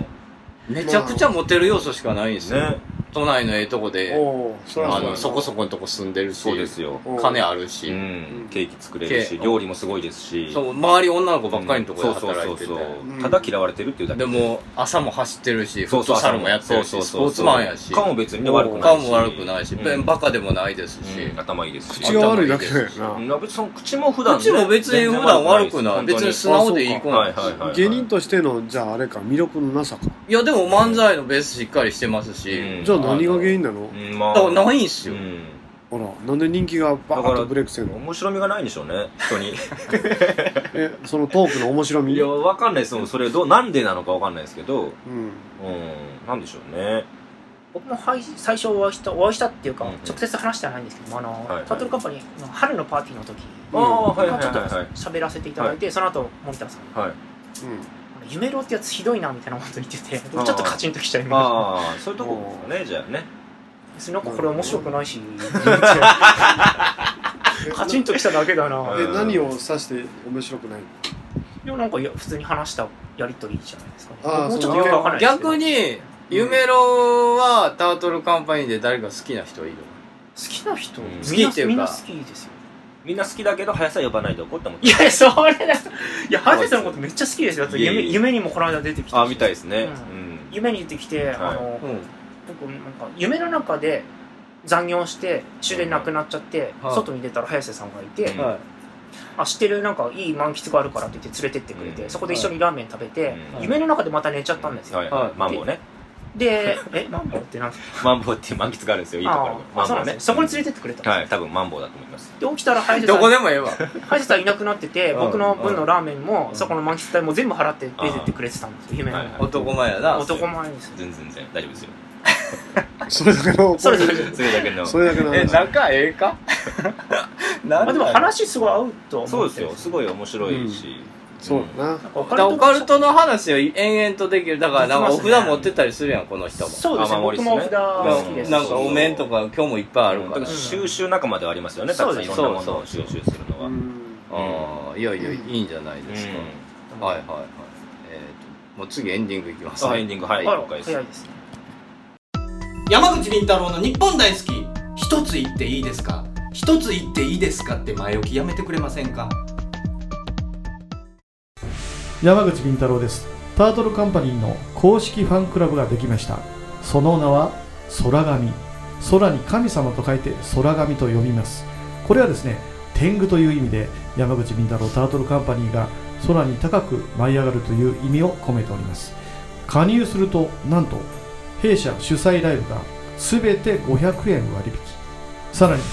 [SPEAKER 1] めちゃくちゃモテる要素しかないんですよ、
[SPEAKER 4] ね
[SPEAKER 1] 都内のええとこで
[SPEAKER 2] おうそら
[SPEAKER 1] あ
[SPEAKER 2] そうや
[SPEAKER 1] の
[SPEAKER 2] な
[SPEAKER 1] そこそこのとこ住んでるし
[SPEAKER 4] そうですよ
[SPEAKER 2] おう
[SPEAKER 1] 金あるし、
[SPEAKER 4] うんケーキ作れるし
[SPEAKER 1] ケー
[SPEAKER 4] 料理もすごいですし
[SPEAKER 1] そう周り女の子ばっかりのとこで
[SPEAKER 4] そう
[SPEAKER 1] 働いて
[SPEAKER 4] そうそう
[SPEAKER 1] て
[SPEAKER 4] そう
[SPEAKER 2] うん
[SPEAKER 4] ただ嫌われてるっていうだけ
[SPEAKER 1] でも朝も走ってるしフ
[SPEAKER 4] そう
[SPEAKER 1] ッ
[SPEAKER 4] そう
[SPEAKER 1] トサルもやってるし
[SPEAKER 4] そう
[SPEAKER 1] ス
[SPEAKER 4] そ
[SPEAKER 1] ポ
[SPEAKER 4] う
[SPEAKER 1] ー
[SPEAKER 4] そ
[SPEAKER 1] ツ
[SPEAKER 4] う
[SPEAKER 1] マンやし
[SPEAKER 4] 顔も別にね悪くない
[SPEAKER 1] 顔
[SPEAKER 4] し
[SPEAKER 1] も悪くないし、
[SPEAKER 4] うん
[SPEAKER 1] バカでもないですし、
[SPEAKER 4] うん頭いいですし
[SPEAKER 2] 口が悪いだけだよな
[SPEAKER 4] うんいや別にその口も普段ね
[SPEAKER 1] 口も別に普段悪くない
[SPEAKER 4] 全然
[SPEAKER 1] 別に素
[SPEAKER 4] 本
[SPEAKER 1] 直でいい子
[SPEAKER 4] 当
[SPEAKER 1] なん
[SPEAKER 4] はい
[SPEAKER 1] です、
[SPEAKER 4] はいはいはい
[SPEAKER 2] 芸人としてのじゃああれか魅力のなさか
[SPEAKER 1] い、やでも漫才のベースしっかりしてますし、
[SPEAKER 4] うん
[SPEAKER 2] じゃあ何が原因なの
[SPEAKER 4] うんまあ
[SPEAKER 1] だからないんすよ、
[SPEAKER 4] う
[SPEAKER 2] ほらなんで人気がバーッとブレイクしてん
[SPEAKER 4] ん
[SPEAKER 2] の
[SPEAKER 4] 面白みがないんでしょうね人に
[SPEAKER 2] えそのトークの面白み
[SPEAKER 4] いやわかんないですもんそれどうなんでなのかわかんないですけど
[SPEAKER 2] うん
[SPEAKER 4] うんなんでしょうね
[SPEAKER 5] 僕もはい最初お会いしたお会いしたっていうか、
[SPEAKER 4] うんうん
[SPEAKER 5] 直接話してはないんですけどもあの、
[SPEAKER 4] はいはい
[SPEAKER 5] タートルカンパニーの春のパーティーの時
[SPEAKER 4] ああはいはい
[SPEAKER 5] ちょっと
[SPEAKER 4] はいはい
[SPEAKER 5] 喋らせていただいて、その後森田さん
[SPEAKER 4] はい
[SPEAKER 5] あの夢郎ってやつひどいなみたいなこと言ってて僕ちょっとカチンときちゃいました
[SPEAKER 4] ああそういうとこですかねじゃあね
[SPEAKER 5] 別になんかこれ面白くないし カチン
[SPEAKER 2] と
[SPEAKER 5] ときただけだな
[SPEAKER 4] う
[SPEAKER 2] え
[SPEAKER 4] ん
[SPEAKER 2] 何を指して面白くない
[SPEAKER 5] でもなんかいや普通に話したやりとりじゃないですかね
[SPEAKER 2] あー
[SPEAKER 5] 僕もちょ
[SPEAKER 2] そ
[SPEAKER 5] っと
[SPEAKER 2] う
[SPEAKER 5] よくわかんないですけど
[SPEAKER 1] 逆に夢郎はタートルカンパニーで誰か好きな人いる
[SPEAKER 5] 好きな人、
[SPEAKER 4] うん
[SPEAKER 5] みん
[SPEAKER 1] 好きっ
[SPEAKER 5] な
[SPEAKER 1] ていうか
[SPEAKER 5] みんな好きですよ
[SPEAKER 4] みんな好きだけど林さん呼ばないで怒っても
[SPEAKER 5] いやそれだいや原田さんのことめっちゃ好きですよだって夢
[SPEAKER 4] いえいえ
[SPEAKER 5] 夢にもこの間出てきて
[SPEAKER 4] あみたいですね
[SPEAKER 5] うん
[SPEAKER 4] うん
[SPEAKER 5] 夢に出てきて、あの
[SPEAKER 1] うん
[SPEAKER 5] 僕なんか夢の中で残業して終電なくなっちゃって、
[SPEAKER 1] はい
[SPEAKER 5] 外に出たら早瀬さんがいて、
[SPEAKER 4] うん
[SPEAKER 1] はい
[SPEAKER 5] あ知ってるなんかいい満喫があるからって言って連れてってくれて、
[SPEAKER 4] うん
[SPEAKER 5] そこで一緒にラーメン食べて、
[SPEAKER 1] うん
[SPEAKER 5] 夢の中でまた寝ちゃったんですよ、
[SPEAKER 4] はいはいマンボウね
[SPEAKER 5] でえマンボウってなんですか
[SPEAKER 4] マンボウっていう満喫があるんですよいいところ
[SPEAKER 5] あ
[SPEAKER 4] マ
[SPEAKER 5] あ
[SPEAKER 4] ン
[SPEAKER 5] そう
[SPEAKER 4] ボ
[SPEAKER 5] な
[SPEAKER 4] ウ
[SPEAKER 5] んです
[SPEAKER 4] ね
[SPEAKER 5] よそこに連れてってくれたんですよ
[SPEAKER 4] はい多分マンボウだと思います
[SPEAKER 5] で起きたら早瀬さ
[SPEAKER 1] ど
[SPEAKER 5] ん
[SPEAKER 1] こでもええわ
[SPEAKER 5] 早瀬さんいなくなってて
[SPEAKER 1] うん
[SPEAKER 5] 僕の分のラーメンも、
[SPEAKER 4] うん
[SPEAKER 5] そこの満喫代も全部払って出てってくれてたんですよ夢の
[SPEAKER 4] はいはい
[SPEAKER 1] 男前やな
[SPEAKER 5] 男前ですよ
[SPEAKER 4] 全然全然大丈夫ですよ
[SPEAKER 2] それだけの
[SPEAKER 5] それそれ
[SPEAKER 4] それだけの
[SPEAKER 2] それだけの
[SPEAKER 1] え
[SPEAKER 2] 話
[SPEAKER 1] 仲ええかな
[SPEAKER 5] まあでも話すごい合うとは
[SPEAKER 4] そ
[SPEAKER 5] 思
[SPEAKER 4] う
[SPEAKER 5] っ
[SPEAKER 4] で
[SPEAKER 5] て
[SPEAKER 4] すよすごい面白いし
[SPEAKER 2] そうだな
[SPEAKER 5] なんかオ
[SPEAKER 1] だからオカルトの話を延々とできるだからなんかお札持ってたりするやんこの人も、
[SPEAKER 5] そうですね
[SPEAKER 4] 雨漏り
[SPEAKER 5] 僕
[SPEAKER 4] っすね
[SPEAKER 5] もお札好き
[SPEAKER 4] う
[SPEAKER 5] です
[SPEAKER 1] なんかお面とか今日もいっぱいあるから、
[SPEAKER 4] だから収集仲間ではありますよねたくさんいろんなものを収集するのは
[SPEAKER 2] う
[SPEAKER 4] うん
[SPEAKER 2] ん
[SPEAKER 1] ああいやいやいいんじゃないですか、はいはいはいえー、ともう次エンディングいきます
[SPEAKER 4] さあエンディングはい
[SPEAKER 5] あ
[SPEAKER 4] 了
[SPEAKER 5] ら
[SPEAKER 4] 解です
[SPEAKER 5] 早いですね
[SPEAKER 6] 山口倫太郎の日本大好き一つ言っていいですか一つ言っていいですかって前置きやめてくれませんか
[SPEAKER 7] 山口敏太郎ですタートルカンパニーの公式ファンクラブができましたその名は空神空に神様と書いて空神と呼びますこれはですね天狗という意味で山口敏太郎タートルカンパニーが空に高く舞い上がるという意味を込めております加入するとなんと弊社主催ライブが全て500円割引さらに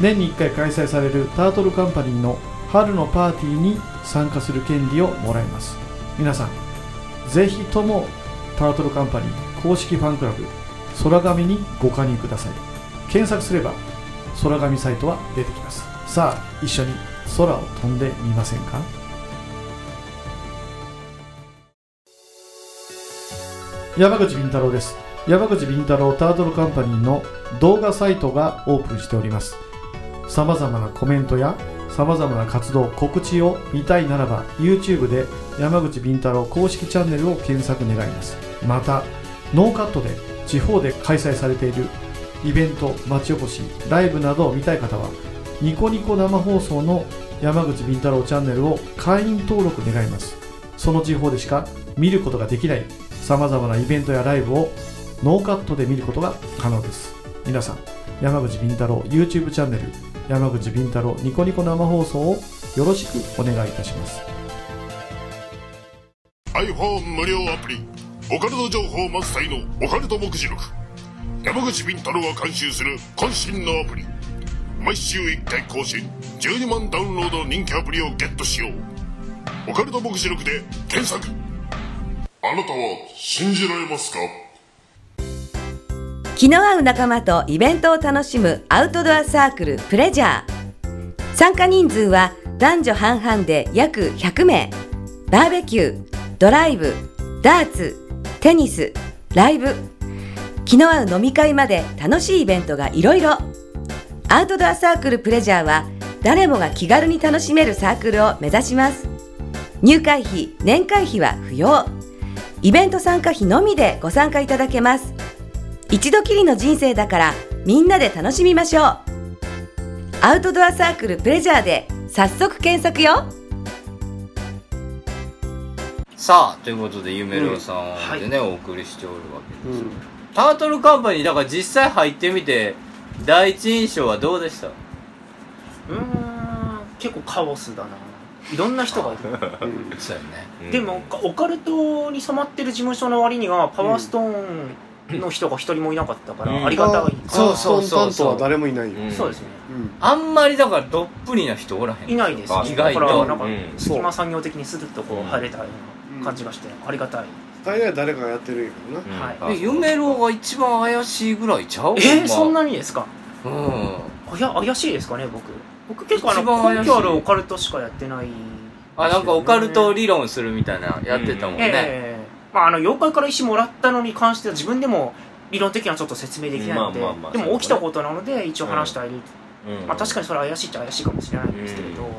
[SPEAKER 7] 年に1回開催されるタートルカンパニーの春のパーティーに参加する権利をもらえます皆さんぜひともタートルカンパニー公式ファンクラブ空紙にご加入ください検索すれば空紙サイトは出てきますさあ一緒に空を飛んでみませんか山口敏太郎です山口敏太郎タートルカンパニーの動画サイトがオープンしておりますさまざまなコメントやさまざまな活動告知を見たいならば YouTube で山口敏太郎公式チャンネルを検索願いますまたノーカットで地方で開催されているイベント町おこしライブなどを見たい方はニコニコ生放送の山口敏太郎チャンネルを会員登録願いますその地方でしか見ることができないさまざまなイベントやライブをノーカットで見ることが可能です皆さん山口敏太郎 YouTube チャンネル山口敏太郎ニコニコ生放送をよろしくお願いいたします
[SPEAKER 8] iPhone 無料アプリオカルト情報満載のオカルト目次録山口敏太郎が監修する渾身のアプリ毎週1回更新12万ダウンロードの人気アプリをゲットしようオカルト目次録で検索あなたは信じられますか
[SPEAKER 9] 気の合う仲間とイベントを楽しむアウトドアサークルプレジャー参加人数は男女半々で約100名バーベキュードライブダーツテニスライブ気の合う飲み会まで楽しいイベントがいろいろアウトドアサークルプレジャーは誰もが気軽に楽しめるサークルを目指します入会費年会費は不要イベント参加費のみでご参加いただけます一度きりの人生だからみんなで楽しみましょうアウトドアサークルプレジャーで早速検索よ
[SPEAKER 1] さあということでゆめろうさんでね、お送りしておるわけです、タートルカンパニーだから実際入ってみて第一印象はどうでした
[SPEAKER 5] うーん結構カオスだないろんな人がいる
[SPEAKER 1] そうよね
[SPEAKER 5] でもオカルトに染まってる事務所の割にはパワーストーンの人が一人もいなかったから、
[SPEAKER 4] うん
[SPEAKER 5] ありがたい、
[SPEAKER 2] そうそう
[SPEAKER 1] そ
[SPEAKER 2] そ
[SPEAKER 1] そ
[SPEAKER 2] うう
[SPEAKER 1] う
[SPEAKER 2] そうは誰もいないよ、
[SPEAKER 5] そうですね
[SPEAKER 2] うん
[SPEAKER 1] あんまりだからどっぷりな人おらへん
[SPEAKER 5] いないです
[SPEAKER 1] あ意外と
[SPEAKER 5] だからなんか
[SPEAKER 4] うん
[SPEAKER 5] 隙間産業的にスルッとこう入れたような感じがしてありがたい、
[SPEAKER 2] 大概誰かがやってるんやけどな、
[SPEAKER 5] はい
[SPEAKER 1] えゆめろうが一番怪しいぐらいちゃう
[SPEAKER 5] えー、そん
[SPEAKER 1] な
[SPEAKER 5] なにですか
[SPEAKER 1] うん
[SPEAKER 5] あや怪しいですかね僕僕結構あ
[SPEAKER 1] 一番
[SPEAKER 5] の
[SPEAKER 1] 怪しい
[SPEAKER 5] 根拠あるオカルトしかやってない
[SPEAKER 1] あなんかオカルト理論するみたいなやってたもんね、
[SPEAKER 5] ええまああの妖怪から石もらったのに関しては自分でも理論的にはちょっと説明できないので、
[SPEAKER 4] まあまあまあ
[SPEAKER 5] で
[SPEAKER 4] そう
[SPEAKER 5] も
[SPEAKER 4] ね
[SPEAKER 5] 起きたことなので一応話してあげる、
[SPEAKER 4] うん
[SPEAKER 5] まあ確かにそれは怪しいっちゃ怪しいかもしれないんですけれど、
[SPEAKER 4] うん
[SPEAKER 5] は
[SPEAKER 1] う
[SPEAKER 5] い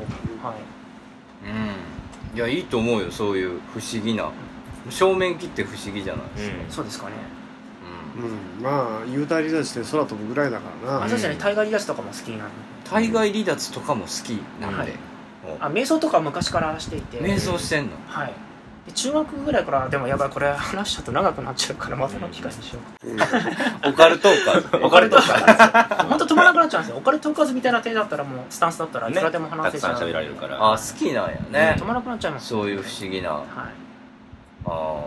[SPEAKER 1] んいやいいと思うよそういう不思議な正面切って不思議じゃないですか、
[SPEAKER 4] う
[SPEAKER 5] そうですかね、
[SPEAKER 1] うん
[SPEAKER 2] うん、まあ幽体離脱して空飛ぶぐらいだから
[SPEAKER 5] あ
[SPEAKER 2] な
[SPEAKER 5] そうですねタイガーリアスとかも好きなの
[SPEAKER 1] 対外離脱とかも好きなんで、
[SPEAKER 5] あ瞑想とか昔からしていて
[SPEAKER 1] 瞑想してんの
[SPEAKER 5] はいで中学ぐらいからでもやばいこれ話しちゃうと長くなっちゃうからまたの機会にしよ う
[SPEAKER 1] オカルトーカー
[SPEAKER 5] オカルトーカー本当止まらなくなっちゃうんですよオカルトーカーズみたいな手だったらもうスタンスだったらい
[SPEAKER 4] ん
[SPEAKER 5] くらでも
[SPEAKER 4] ねた
[SPEAKER 5] 話
[SPEAKER 4] く
[SPEAKER 5] せち
[SPEAKER 4] さ
[SPEAKER 5] ゃ
[SPEAKER 4] ん
[SPEAKER 5] う、
[SPEAKER 4] 喋られるから
[SPEAKER 1] あ好きなんやね
[SPEAKER 5] 止まらなくなっちゃいます
[SPEAKER 1] そういう不思議な
[SPEAKER 5] はい
[SPEAKER 1] あ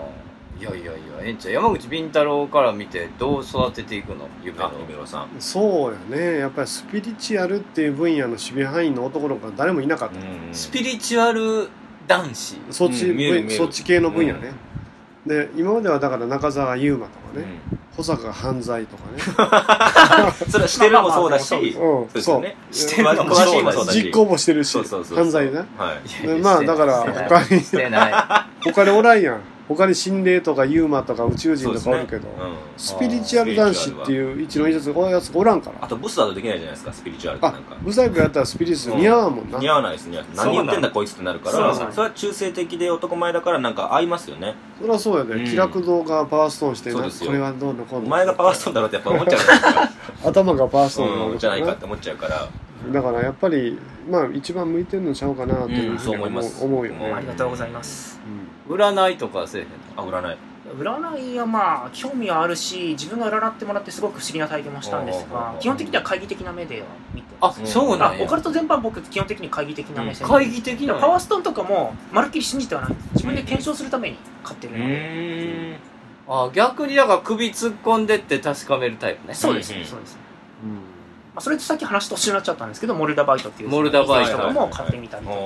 [SPEAKER 1] ーいやいやいやえんちゃん山口敏太郎から見てどう育てていくの夢
[SPEAKER 4] あ
[SPEAKER 1] の
[SPEAKER 4] ゆめろさん
[SPEAKER 2] そうやねやっぱりスピリチュアルっていう分野の守備範囲の男の子は誰もいなかった、
[SPEAKER 1] スピリチュアル男子
[SPEAKER 2] そっち、
[SPEAKER 4] うん見える
[SPEAKER 2] 分
[SPEAKER 4] 見える
[SPEAKER 2] そっち系の分野ね、で今まではだから中澤優馬とかね、保坂犯罪とかね
[SPEAKER 4] それはしてるもそうだし
[SPEAKER 5] まあまあ
[SPEAKER 2] うん
[SPEAKER 4] そう
[SPEAKER 2] そう
[SPEAKER 4] してるのもそうだし
[SPEAKER 2] 実行もしてるし
[SPEAKER 4] そうそうそうそう
[SPEAKER 2] 犯罪な
[SPEAKER 4] はい
[SPEAKER 1] いやいや
[SPEAKER 2] まあ
[SPEAKER 1] してな
[SPEAKER 2] だ
[SPEAKER 1] い
[SPEAKER 2] から
[SPEAKER 1] してない
[SPEAKER 2] 他
[SPEAKER 1] してない
[SPEAKER 2] に他におらんやん他に心霊とかユーマとか宇宙人とかおるけど、
[SPEAKER 4] うん
[SPEAKER 2] スピリチュアル男子っていう一の一つおやつがおらんか
[SPEAKER 4] あ
[SPEAKER 2] ら
[SPEAKER 4] とブスだとできないじゃないですかスピリチュアルってな
[SPEAKER 2] あ
[SPEAKER 4] んか
[SPEAKER 2] ブサイクやったらスピリチュアル似合わんもんな
[SPEAKER 4] 似合わないですね何言ってんだこいつってなるか
[SPEAKER 5] そうな
[SPEAKER 4] ら
[SPEAKER 5] んだ
[SPEAKER 4] それは中性的で男前だからなんか合いますよね
[SPEAKER 2] そりゃそうやで、
[SPEAKER 4] うん
[SPEAKER 2] 気楽堂がパワーストーンしてな
[SPEAKER 4] そうですよ
[SPEAKER 2] これはどうのこ
[SPEAKER 4] お
[SPEAKER 2] うの
[SPEAKER 4] 前がパワーストーンだろってやっぱ思っちゃうじゃないですか
[SPEAKER 2] 頭がパワーストーンにな
[SPEAKER 4] うん
[SPEAKER 2] る
[SPEAKER 4] じゃない
[SPEAKER 2] ら
[SPEAKER 4] かって思っちゃうから
[SPEAKER 2] だからやっぱりまあ一番向いてんのちゃうかなっていう
[SPEAKER 4] うん
[SPEAKER 2] ふ
[SPEAKER 4] そう
[SPEAKER 2] うに
[SPEAKER 4] 思い
[SPEAKER 2] 思
[SPEAKER 4] ま
[SPEAKER 2] う,、
[SPEAKER 4] す
[SPEAKER 2] 思うよ
[SPEAKER 4] うん
[SPEAKER 5] あ
[SPEAKER 2] ね
[SPEAKER 5] り、がとうございます
[SPEAKER 2] うん
[SPEAKER 1] 占いとかはせえへんの
[SPEAKER 4] あ占い
[SPEAKER 5] 占いはまあ興味はあるし自分が占ってもらってすごく不思議な体験もしたんです
[SPEAKER 4] あ
[SPEAKER 5] が
[SPEAKER 4] あ
[SPEAKER 5] 基本的には懐疑的な目では見て
[SPEAKER 1] あ
[SPEAKER 5] あ
[SPEAKER 1] そうなん
[SPEAKER 5] オ
[SPEAKER 1] や
[SPEAKER 5] カルト全般僕基本的に懐疑的な目線で
[SPEAKER 1] 会議的な
[SPEAKER 5] パワーストーンとかもまるっきり信じてはない自分で検証するために買ってるので、
[SPEAKER 4] ん
[SPEAKER 1] あ逆にだから首突っ込んでって確かめるタイプね
[SPEAKER 5] そうですね、
[SPEAKER 4] うん
[SPEAKER 5] そうですね、
[SPEAKER 2] うん
[SPEAKER 5] まあ、それとさっき話途中になっちゃったんですけどモルダバイトっていう
[SPEAKER 1] モルダバイト
[SPEAKER 5] とかも買ってみたりとか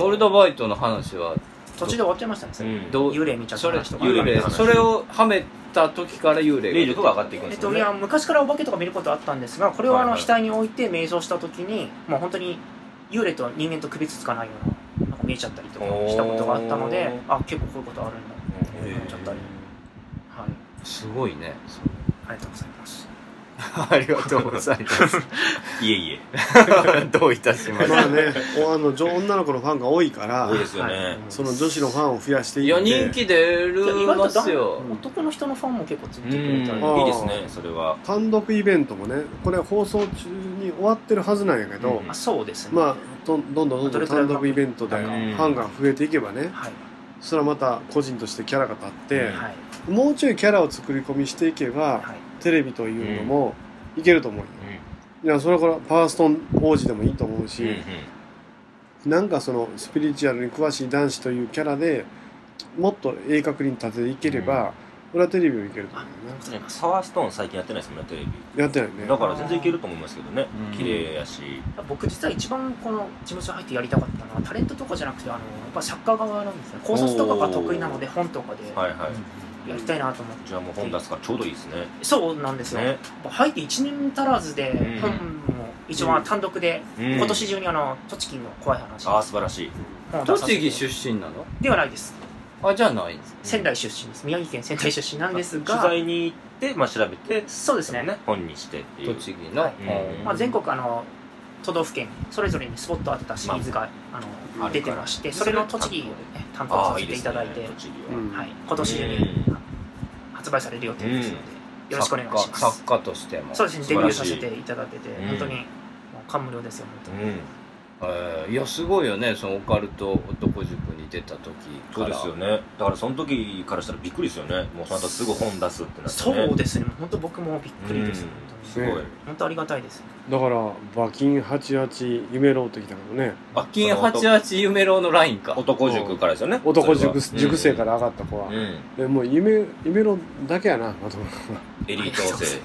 [SPEAKER 1] モルドバイトの話は
[SPEAKER 5] 途中で終わっちゃいましたねそれ
[SPEAKER 4] うん
[SPEAKER 1] どう
[SPEAKER 5] 幽霊見ちゃった
[SPEAKER 1] それ
[SPEAKER 5] 話とか
[SPEAKER 1] 幽霊それをはめった時から幽霊
[SPEAKER 4] 霊力が上がっていくん
[SPEAKER 5] え
[SPEAKER 4] で
[SPEAKER 5] っ
[SPEAKER 4] すよ
[SPEAKER 5] と、い
[SPEAKER 4] ね、
[SPEAKER 5] や昔からお化けとか見ることあったんですがこれはあ
[SPEAKER 4] はい
[SPEAKER 5] の
[SPEAKER 4] はい
[SPEAKER 5] 額に置いて瞑想した時にもう本当に幽霊と人間と区別つかないようななんか見えちゃったりとかしたことがあったので
[SPEAKER 4] お
[SPEAKER 5] あ結構こういうことある
[SPEAKER 1] へ
[SPEAKER 5] んだ
[SPEAKER 1] ー
[SPEAKER 5] 思っちゃったりはい
[SPEAKER 1] すごいね
[SPEAKER 5] ありがとうございます
[SPEAKER 1] ありがとうございま
[SPEAKER 4] いえいえ
[SPEAKER 1] すどういたしまし
[SPEAKER 2] まあねおあの女女の子のファンが多いから
[SPEAKER 4] 多いですよね、
[SPEAKER 2] その女子のファンを増やしてい
[SPEAKER 1] い
[SPEAKER 2] って
[SPEAKER 1] や人気出るますよ
[SPEAKER 2] うん
[SPEAKER 5] 男の人のファンも結構ついて
[SPEAKER 4] う
[SPEAKER 5] くれたり
[SPEAKER 2] あ
[SPEAKER 4] んいいですねそれは
[SPEAKER 2] 単独イベントもねこれ放送中に終わってるはずなんやけど、
[SPEAKER 5] あそうですね
[SPEAKER 2] まあどんどんどんどん単独イベントで
[SPEAKER 5] どれ
[SPEAKER 2] フ
[SPEAKER 5] くらい
[SPEAKER 4] の
[SPEAKER 2] ァンが増えていけばね
[SPEAKER 5] はい
[SPEAKER 2] それはまた個人としてキャラが立って、
[SPEAKER 5] はい
[SPEAKER 2] もうちょいキャラを作り込みしていけば
[SPEAKER 5] はい
[SPEAKER 2] テレビというのもいけると思うよ、いやそれからパワーストーン王子でもいいと思うし、なんかそのスピリチュアルに詳しい男子というキャラでもっと鋭角に立てていければ、俺はテレビもいけると思うよね
[SPEAKER 4] パワーストーン最近やってないですもんねテレビ
[SPEAKER 2] やってないね
[SPEAKER 4] だから全然いけると思いますけどね
[SPEAKER 1] うん
[SPEAKER 4] 綺麗やし
[SPEAKER 5] 僕実は一番この事務所入ってやりたかったのはタレントとかじゃなくてあのやっぱ作家側なんですね考察とかが得意なので本とかで
[SPEAKER 4] はいはい
[SPEAKER 5] やりたいなと思って
[SPEAKER 4] じゃあもう本出すからちょうどいいですね
[SPEAKER 5] そうなんですよ、
[SPEAKER 4] ね
[SPEAKER 5] やっぱ入って1年足らずで
[SPEAKER 4] うん
[SPEAKER 5] 本も一応まあ単独で
[SPEAKER 4] うん
[SPEAKER 5] 今年中にあの栃木の怖い話
[SPEAKER 4] ああ素晴らしい
[SPEAKER 5] 本を出させ
[SPEAKER 1] 栃木
[SPEAKER 5] て
[SPEAKER 1] 出身なの
[SPEAKER 5] ではないです
[SPEAKER 1] あじゃあないんです
[SPEAKER 5] 仙台出身です宮城県仙台出身なんです
[SPEAKER 4] 取
[SPEAKER 5] が
[SPEAKER 4] 材に行ってまあ調べて
[SPEAKER 5] そうですね、
[SPEAKER 4] 本にしてっていう
[SPEAKER 1] 栃木の、
[SPEAKER 5] はい
[SPEAKER 1] うん
[SPEAKER 5] まあ、全国あの都道府県それぞれにスポットを当てたシリーズが、あ、
[SPEAKER 4] あ
[SPEAKER 5] の
[SPEAKER 4] る
[SPEAKER 5] 出
[SPEAKER 4] か
[SPEAKER 5] て
[SPEAKER 4] ら
[SPEAKER 5] ましてそれの栃木をね担当
[SPEAKER 4] あ
[SPEAKER 5] さ
[SPEAKER 4] あいい
[SPEAKER 5] せて
[SPEAKER 4] で
[SPEAKER 5] い
[SPEAKER 4] す
[SPEAKER 5] た
[SPEAKER 4] ね
[SPEAKER 5] だいて
[SPEAKER 4] 栃木
[SPEAKER 2] う
[SPEAKER 4] は
[SPEAKER 2] ん
[SPEAKER 5] はい、今年中に
[SPEAKER 4] うん
[SPEAKER 5] 発売される予定ですので、よろしくお願いします
[SPEAKER 1] 作家作家としても
[SPEAKER 5] そうですね
[SPEAKER 4] 素
[SPEAKER 5] デ
[SPEAKER 4] 晴
[SPEAKER 5] ビュ
[SPEAKER 4] ら
[SPEAKER 5] ー
[SPEAKER 4] しい
[SPEAKER 5] させていただけて、
[SPEAKER 4] うん
[SPEAKER 5] 本当にもう感無量ですよ本当に、
[SPEAKER 4] うん
[SPEAKER 1] えーいやすごいよねそのオカルト男塾に出た時
[SPEAKER 4] そ
[SPEAKER 1] か
[SPEAKER 4] うで
[SPEAKER 1] ら
[SPEAKER 4] すよねだからその時からしたらびっくりですよねもうその後すぐ本出すってなってね
[SPEAKER 5] そうですね本当僕もびっくりです、
[SPEAKER 4] うん
[SPEAKER 5] 本当に
[SPEAKER 4] すごい
[SPEAKER 5] 本当ありがたいです
[SPEAKER 2] だから馬金88夢ローってきたけどね
[SPEAKER 4] あ
[SPEAKER 1] 金八八夢郎のラインか
[SPEAKER 4] 男塾からですよね
[SPEAKER 2] 男塾
[SPEAKER 4] それは
[SPEAKER 2] 塾生から上がった子は
[SPEAKER 4] うん、うん
[SPEAKER 2] えもう夢夢ローだけやなまとも
[SPEAKER 4] エリート生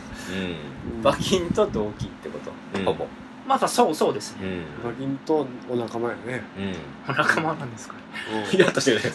[SPEAKER 1] 馬金と同期ってこと
[SPEAKER 4] うん
[SPEAKER 1] ほぼ
[SPEAKER 5] まあそうそうですね
[SPEAKER 4] うん
[SPEAKER 2] 馬金とお仲間や ね
[SPEAKER 4] う
[SPEAKER 5] お仲間なんですかね
[SPEAKER 4] んイラッとしてるじゃ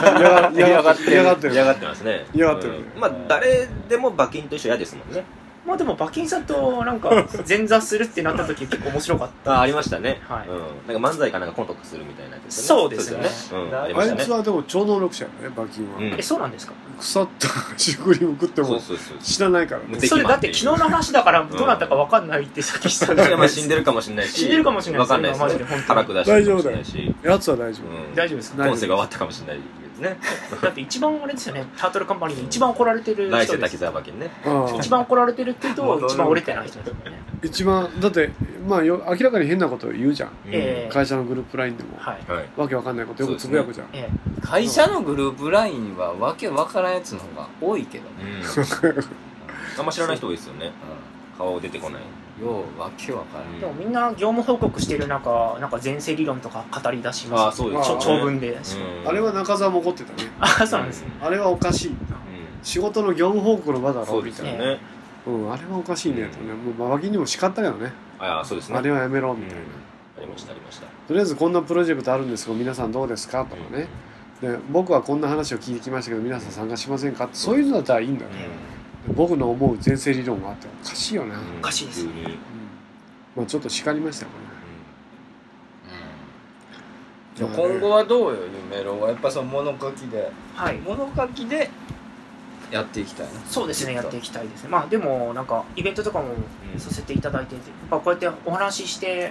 [SPEAKER 4] ないです
[SPEAKER 2] 嫌がってる嫌がって
[SPEAKER 4] か
[SPEAKER 2] る
[SPEAKER 4] 嫌がってますね
[SPEAKER 2] 嫌がってる
[SPEAKER 4] うんまあ誰でも馬琴と一緒嫌ですもんね
[SPEAKER 5] まあでも馬琴さんとなんか前座するってなった時結構面白かった
[SPEAKER 4] あありましたね
[SPEAKER 5] はい
[SPEAKER 4] うんなんか漫才かなんかコントするみたいなやつです
[SPEAKER 5] そうですね
[SPEAKER 4] そうよねうん
[SPEAKER 1] あ
[SPEAKER 4] ありま
[SPEAKER 2] あ
[SPEAKER 4] した
[SPEAKER 2] い
[SPEAKER 4] ね
[SPEAKER 2] つはでも超能力者やね馬金は、
[SPEAKER 4] うん
[SPEAKER 5] えそうなんですか
[SPEAKER 2] 腐った食料食って
[SPEAKER 4] そう
[SPEAKER 2] も
[SPEAKER 4] そうそう
[SPEAKER 2] 死なないからね
[SPEAKER 4] 無敵
[SPEAKER 5] それ
[SPEAKER 4] マ
[SPEAKER 5] だ
[SPEAKER 4] ン
[SPEAKER 5] っ
[SPEAKER 4] ってい
[SPEAKER 5] て
[SPEAKER 4] う
[SPEAKER 5] 昨日の話だからどうなったかわかんないってさっきしたん
[SPEAKER 4] いやまあ
[SPEAKER 5] で
[SPEAKER 4] 死んでるかもしれないし
[SPEAKER 5] 死んでるかもしれない
[SPEAKER 4] わかんないです
[SPEAKER 5] マジ
[SPEAKER 4] ね
[SPEAKER 5] で本当
[SPEAKER 4] 腹
[SPEAKER 5] に
[SPEAKER 4] 下してるかもしれないし
[SPEAKER 2] やつは大丈夫、
[SPEAKER 4] うん
[SPEAKER 5] 大丈夫ですか
[SPEAKER 4] 今世が終わったかもしれないですね
[SPEAKER 5] だって一番あれですよねタートルカンパニーで一番怒られてる
[SPEAKER 4] 来
[SPEAKER 5] 人
[SPEAKER 4] 世
[SPEAKER 5] で
[SPEAKER 4] 滝
[SPEAKER 5] す
[SPEAKER 4] 沢馬琴ね
[SPEAKER 2] ああ
[SPEAKER 5] 一番怒られてるけど一番折れてない人ですもんね
[SPEAKER 2] 一番だってまあよ明らかに変なこと言うじゃん
[SPEAKER 5] ええ
[SPEAKER 2] 会社のグループラインでも、
[SPEAKER 5] はい
[SPEAKER 4] はい
[SPEAKER 2] わけわかんないことよくつぶやくじゃん、
[SPEAKER 5] え
[SPEAKER 1] 会社のグループラインはわけわからんやつの方が多いけどね、
[SPEAKER 4] あんま知らない人多いです よね顔出てこない
[SPEAKER 1] うん、ようわけわからん、
[SPEAKER 5] えでもみんな業務報告してる中なんか前世理論とか語り出し
[SPEAKER 4] あ
[SPEAKER 5] ま
[SPEAKER 4] あ
[SPEAKER 5] す
[SPEAKER 4] そう
[SPEAKER 5] ね
[SPEAKER 4] です
[SPEAKER 5] ち
[SPEAKER 4] よ
[SPEAKER 5] ょ
[SPEAKER 2] あ
[SPEAKER 4] ね
[SPEAKER 5] 長文 で
[SPEAKER 4] うん
[SPEAKER 2] あれは中澤も怒ってたね
[SPEAKER 5] あそうなんです
[SPEAKER 4] うん
[SPEAKER 2] あれはおかしい仕事の業務報告の場だ
[SPEAKER 4] そ
[SPEAKER 2] ろ
[SPEAKER 4] うで
[SPEAKER 2] み
[SPEAKER 4] す
[SPEAKER 2] た
[SPEAKER 4] よ
[SPEAKER 2] いな、
[SPEAKER 4] ね
[SPEAKER 2] うん、あれはおかしいねとね、もう馬脇にも叱ったけどね
[SPEAKER 4] ああそうですね
[SPEAKER 2] あれはやめろみたいな、
[SPEAKER 4] うんありましたありました
[SPEAKER 2] とりあえずこんなプロジェクトあるんですけど皆さんどうですかとかね、で僕はこんな話を聞いてきましたけど皆さん参加しませんかってそういうのだったらいいんだよ
[SPEAKER 4] う
[SPEAKER 2] ね、
[SPEAKER 4] ん
[SPEAKER 2] 僕の思う前世理論はあっておかしいよな、うん
[SPEAKER 5] おかしいです
[SPEAKER 4] 急にうん
[SPEAKER 2] まあ、ちょっと叱りましたよ
[SPEAKER 1] じゃあ今後はどうよ夢郎はやっぱその物書きで
[SPEAKER 5] はい
[SPEAKER 1] 物書きでやっていきたいな
[SPEAKER 5] そうですねやっていきたいですねまあでもなんかイベントとかも
[SPEAKER 4] うん
[SPEAKER 5] させていただいててやっぱこうやってお話しし
[SPEAKER 4] う
[SPEAKER 5] て
[SPEAKER 4] ん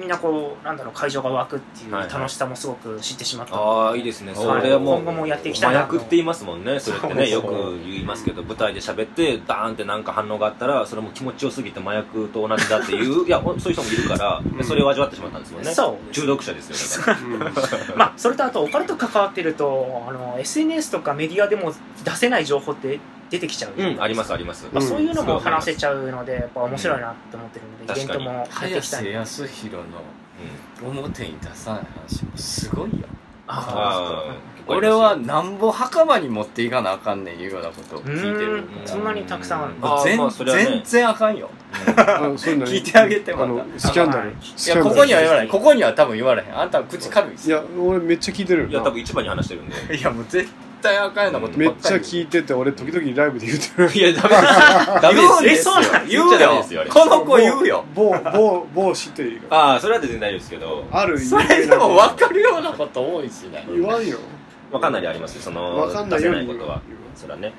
[SPEAKER 5] みんなこうなんだろう会場が湧くっていう
[SPEAKER 4] はいはい
[SPEAKER 5] 楽しさもすごく知ってしまったので
[SPEAKER 4] ああいいですね
[SPEAKER 1] い
[SPEAKER 4] それはもう
[SPEAKER 5] 今後もやっていきたい
[SPEAKER 4] 麻
[SPEAKER 5] な
[SPEAKER 4] 薬って言いますもんねそれってね
[SPEAKER 1] そ
[SPEAKER 4] よ
[SPEAKER 1] うそう
[SPEAKER 4] く言いますけど舞台で喋ってダーンってなんか反応があったらそれも気持ちよすぎて麻薬と同じだっていう いやほんそういう人もいるからでそれを味わってしまったんですよね
[SPEAKER 5] そう
[SPEAKER 4] 中毒者ですよだから
[SPEAKER 2] ね、
[SPEAKER 5] まあ、それとあとお金と関わってるとあの SNS とかメディアでも出せない情報って出てきちゃう、
[SPEAKER 4] うんありますあります
[SPEAKER 5] まあ、そういうのも話せ
[SPEAKER 4] ち
[SPEAKER 5] ちゃうのでやっぱ面白いなって思ってるの
[SPEAKER 4] うん
[SPEAKER 5] で、イベントもやっていきたい
[SPEAKER 1] 林康弘の表に出さない話もすごいよ
[SPEAKER 4] ああ
[SPEAKER 1] 俺はなんぼ墓場に持っていかなあかんねんいうようなことを聞いてる
[SPEAKER 5] うーんそんなにたくさんある
[SPEAKER 4] あ
[SPEAKER 1] 全,、
[SPEAKER 4] ーまあそれはね
[SPEAKER 1] 全然あかんよ
[SPEAKER 2] あそういうのね
[SPEAKER 1] 聞いてあげてまた
[SPEAKER 2] あのスキャンダル
[SPEAKER 5] はい
[SPEAKER 1] い
[SPEAKER 2] スキャ
[SPEAKER 1] や
[SPEAKER 2] ンダル
[SPEAKER 1] ここには言わないここには多分言われへんあんた口軽いっす
[SPEAKER 2] いや俺めっちゃ聞いてるよ
[SPEAKER 4] いや
[SPEAKER 2] な
[SPEAKER 4] 多分一番に話してるんで
[SPEAKER 1] いやもう絶対あかんようなこと
[SPEAKER 2] め
[SPEAKER 1] ばっ
[SPEAKER 2] っち
[SPEAKER 1] か
[SPEAKER 2] ゃ
[SPEAKER 1] り
[SPEAKER 2] 聞いてて俺時々ライブで言 ってる
[SPEAKER 1] いやダメですダメです
[SPEAKER 5] 言うんですそうなん
[SPEAKER 1] 言う
[SPEAKER 4] 言っちゃダメですよあ
[SPEAKER 1] よ
[SPEAKER 4] れ
[SPEAKER 1] この子言うよ
[SPEAKER 2] 某某某知ってるよ
[SPEAKER 4] ああ、それは全然大丈夫ですけど、
[SPEAKER 2] ある
[SPEAKER 1] それでも分かるようなこと多いしね
[SPEAKER 2] 言わんよ
[SPEAKER 4] まあ、かなりありますよ、その、
[SPEAKER 2] 分かんないように
[SPEAKER 4] 出せない
[SPEAKER 2] 言
[SPEAKER 4] こ
[SPEAKER 2] う
[SPEAKER 4] とは
[SPEAKER 2] わ。
[SPEAKER 4] それはね。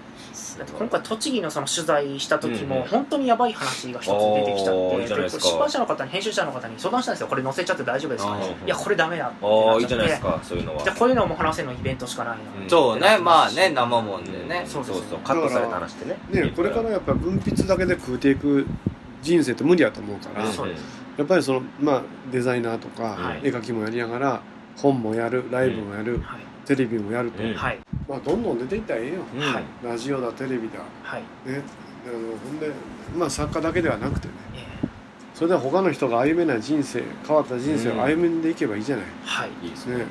[SPEAKER 5] 今回栃木のその取材した時
[SPEAKER 4] うん
[SPEAKER 5] も
[SPEAKER 4] うん
[SPEAKER 5] 本当にやばい話が一つ出てきちゃ
[SPEAKER 4] おーいい
[SPEAKER 5] っ
[SPEAKER 4] じ
[SPEAKER 5] て
[SPEAKER 4] ゃないですか
[SPEAKER 5] 出版社の方に編集者の方に相談したんですよこれ載せちゃって大丈夫ですかね
[SPEAKER 4] あー
[SPEAKER 5] いやこれダメだって
[SPEAKER 4] あ
[SPEAKER 5] な
[SPEAKER 4] あ、
[SPEAKER 5] っ
[SPEAKER 4] い
[SPEAKER 5] ち
[SPEAKER 4] いじゃ
[SPEAKER 5] ゃ
[SPEAKER 4] な
[SPEAKER 5] っ
[SPEAKER 4] いです
[SPEAKER 5] て
[SPEAKER 4] か、そういうのは
[SPEAKER 5] じゃ。あこういうのはもう話せるのイベントしかないな
[SPEAKER 4] うん
[SPEAKER 1] そうねまあね生もんでね
[SPEAKER 5] そう
[SPEAKER 4] そ
[SPEAKER 5] そうう
[SPEAKER 4] そ、
[SPEAKER 5] そうう
[SPEAKER 4] カットされた話ってね。
[SPEAKER 2] ねこれからやっぱ文筆だけで食うていく人生って無理やと思うから、
[SPEAKER 4] うん、
[SPEAKER 2] や
[SPEAKER 5] そうで
[SPEAKER 2] っぱりそのまあデザイナーとか、
[SPEAKER 5] はい
[SPEAKER 2] 絵描きもやりながら本もやるライブもやる、
[SPEAKER 5] はい
[SPEAKER 2] テレビもやると、
[SPEAKER 4] うん
[SPEAKER 5] はい
[SPEAKER 2] まあどんどん出ていったらええよ
[SPEAKER 4] うん
[SPEAKER 5] はい
[SPEAKER 2] ラジオだテレビだ
[SPEAKER 5] はい
[SPEAKER 2] ねあのほんでまあ作家だけではなくてね
[SPEAKER 5] え
[SPEAKER 2] それでは他の人が歩めない人生変わった人生を歩んでいけばいいじゃない、
[SPEAKER 5] ーはい
[SPEAKER 4] いいですね。
[SPEAKER 2] ね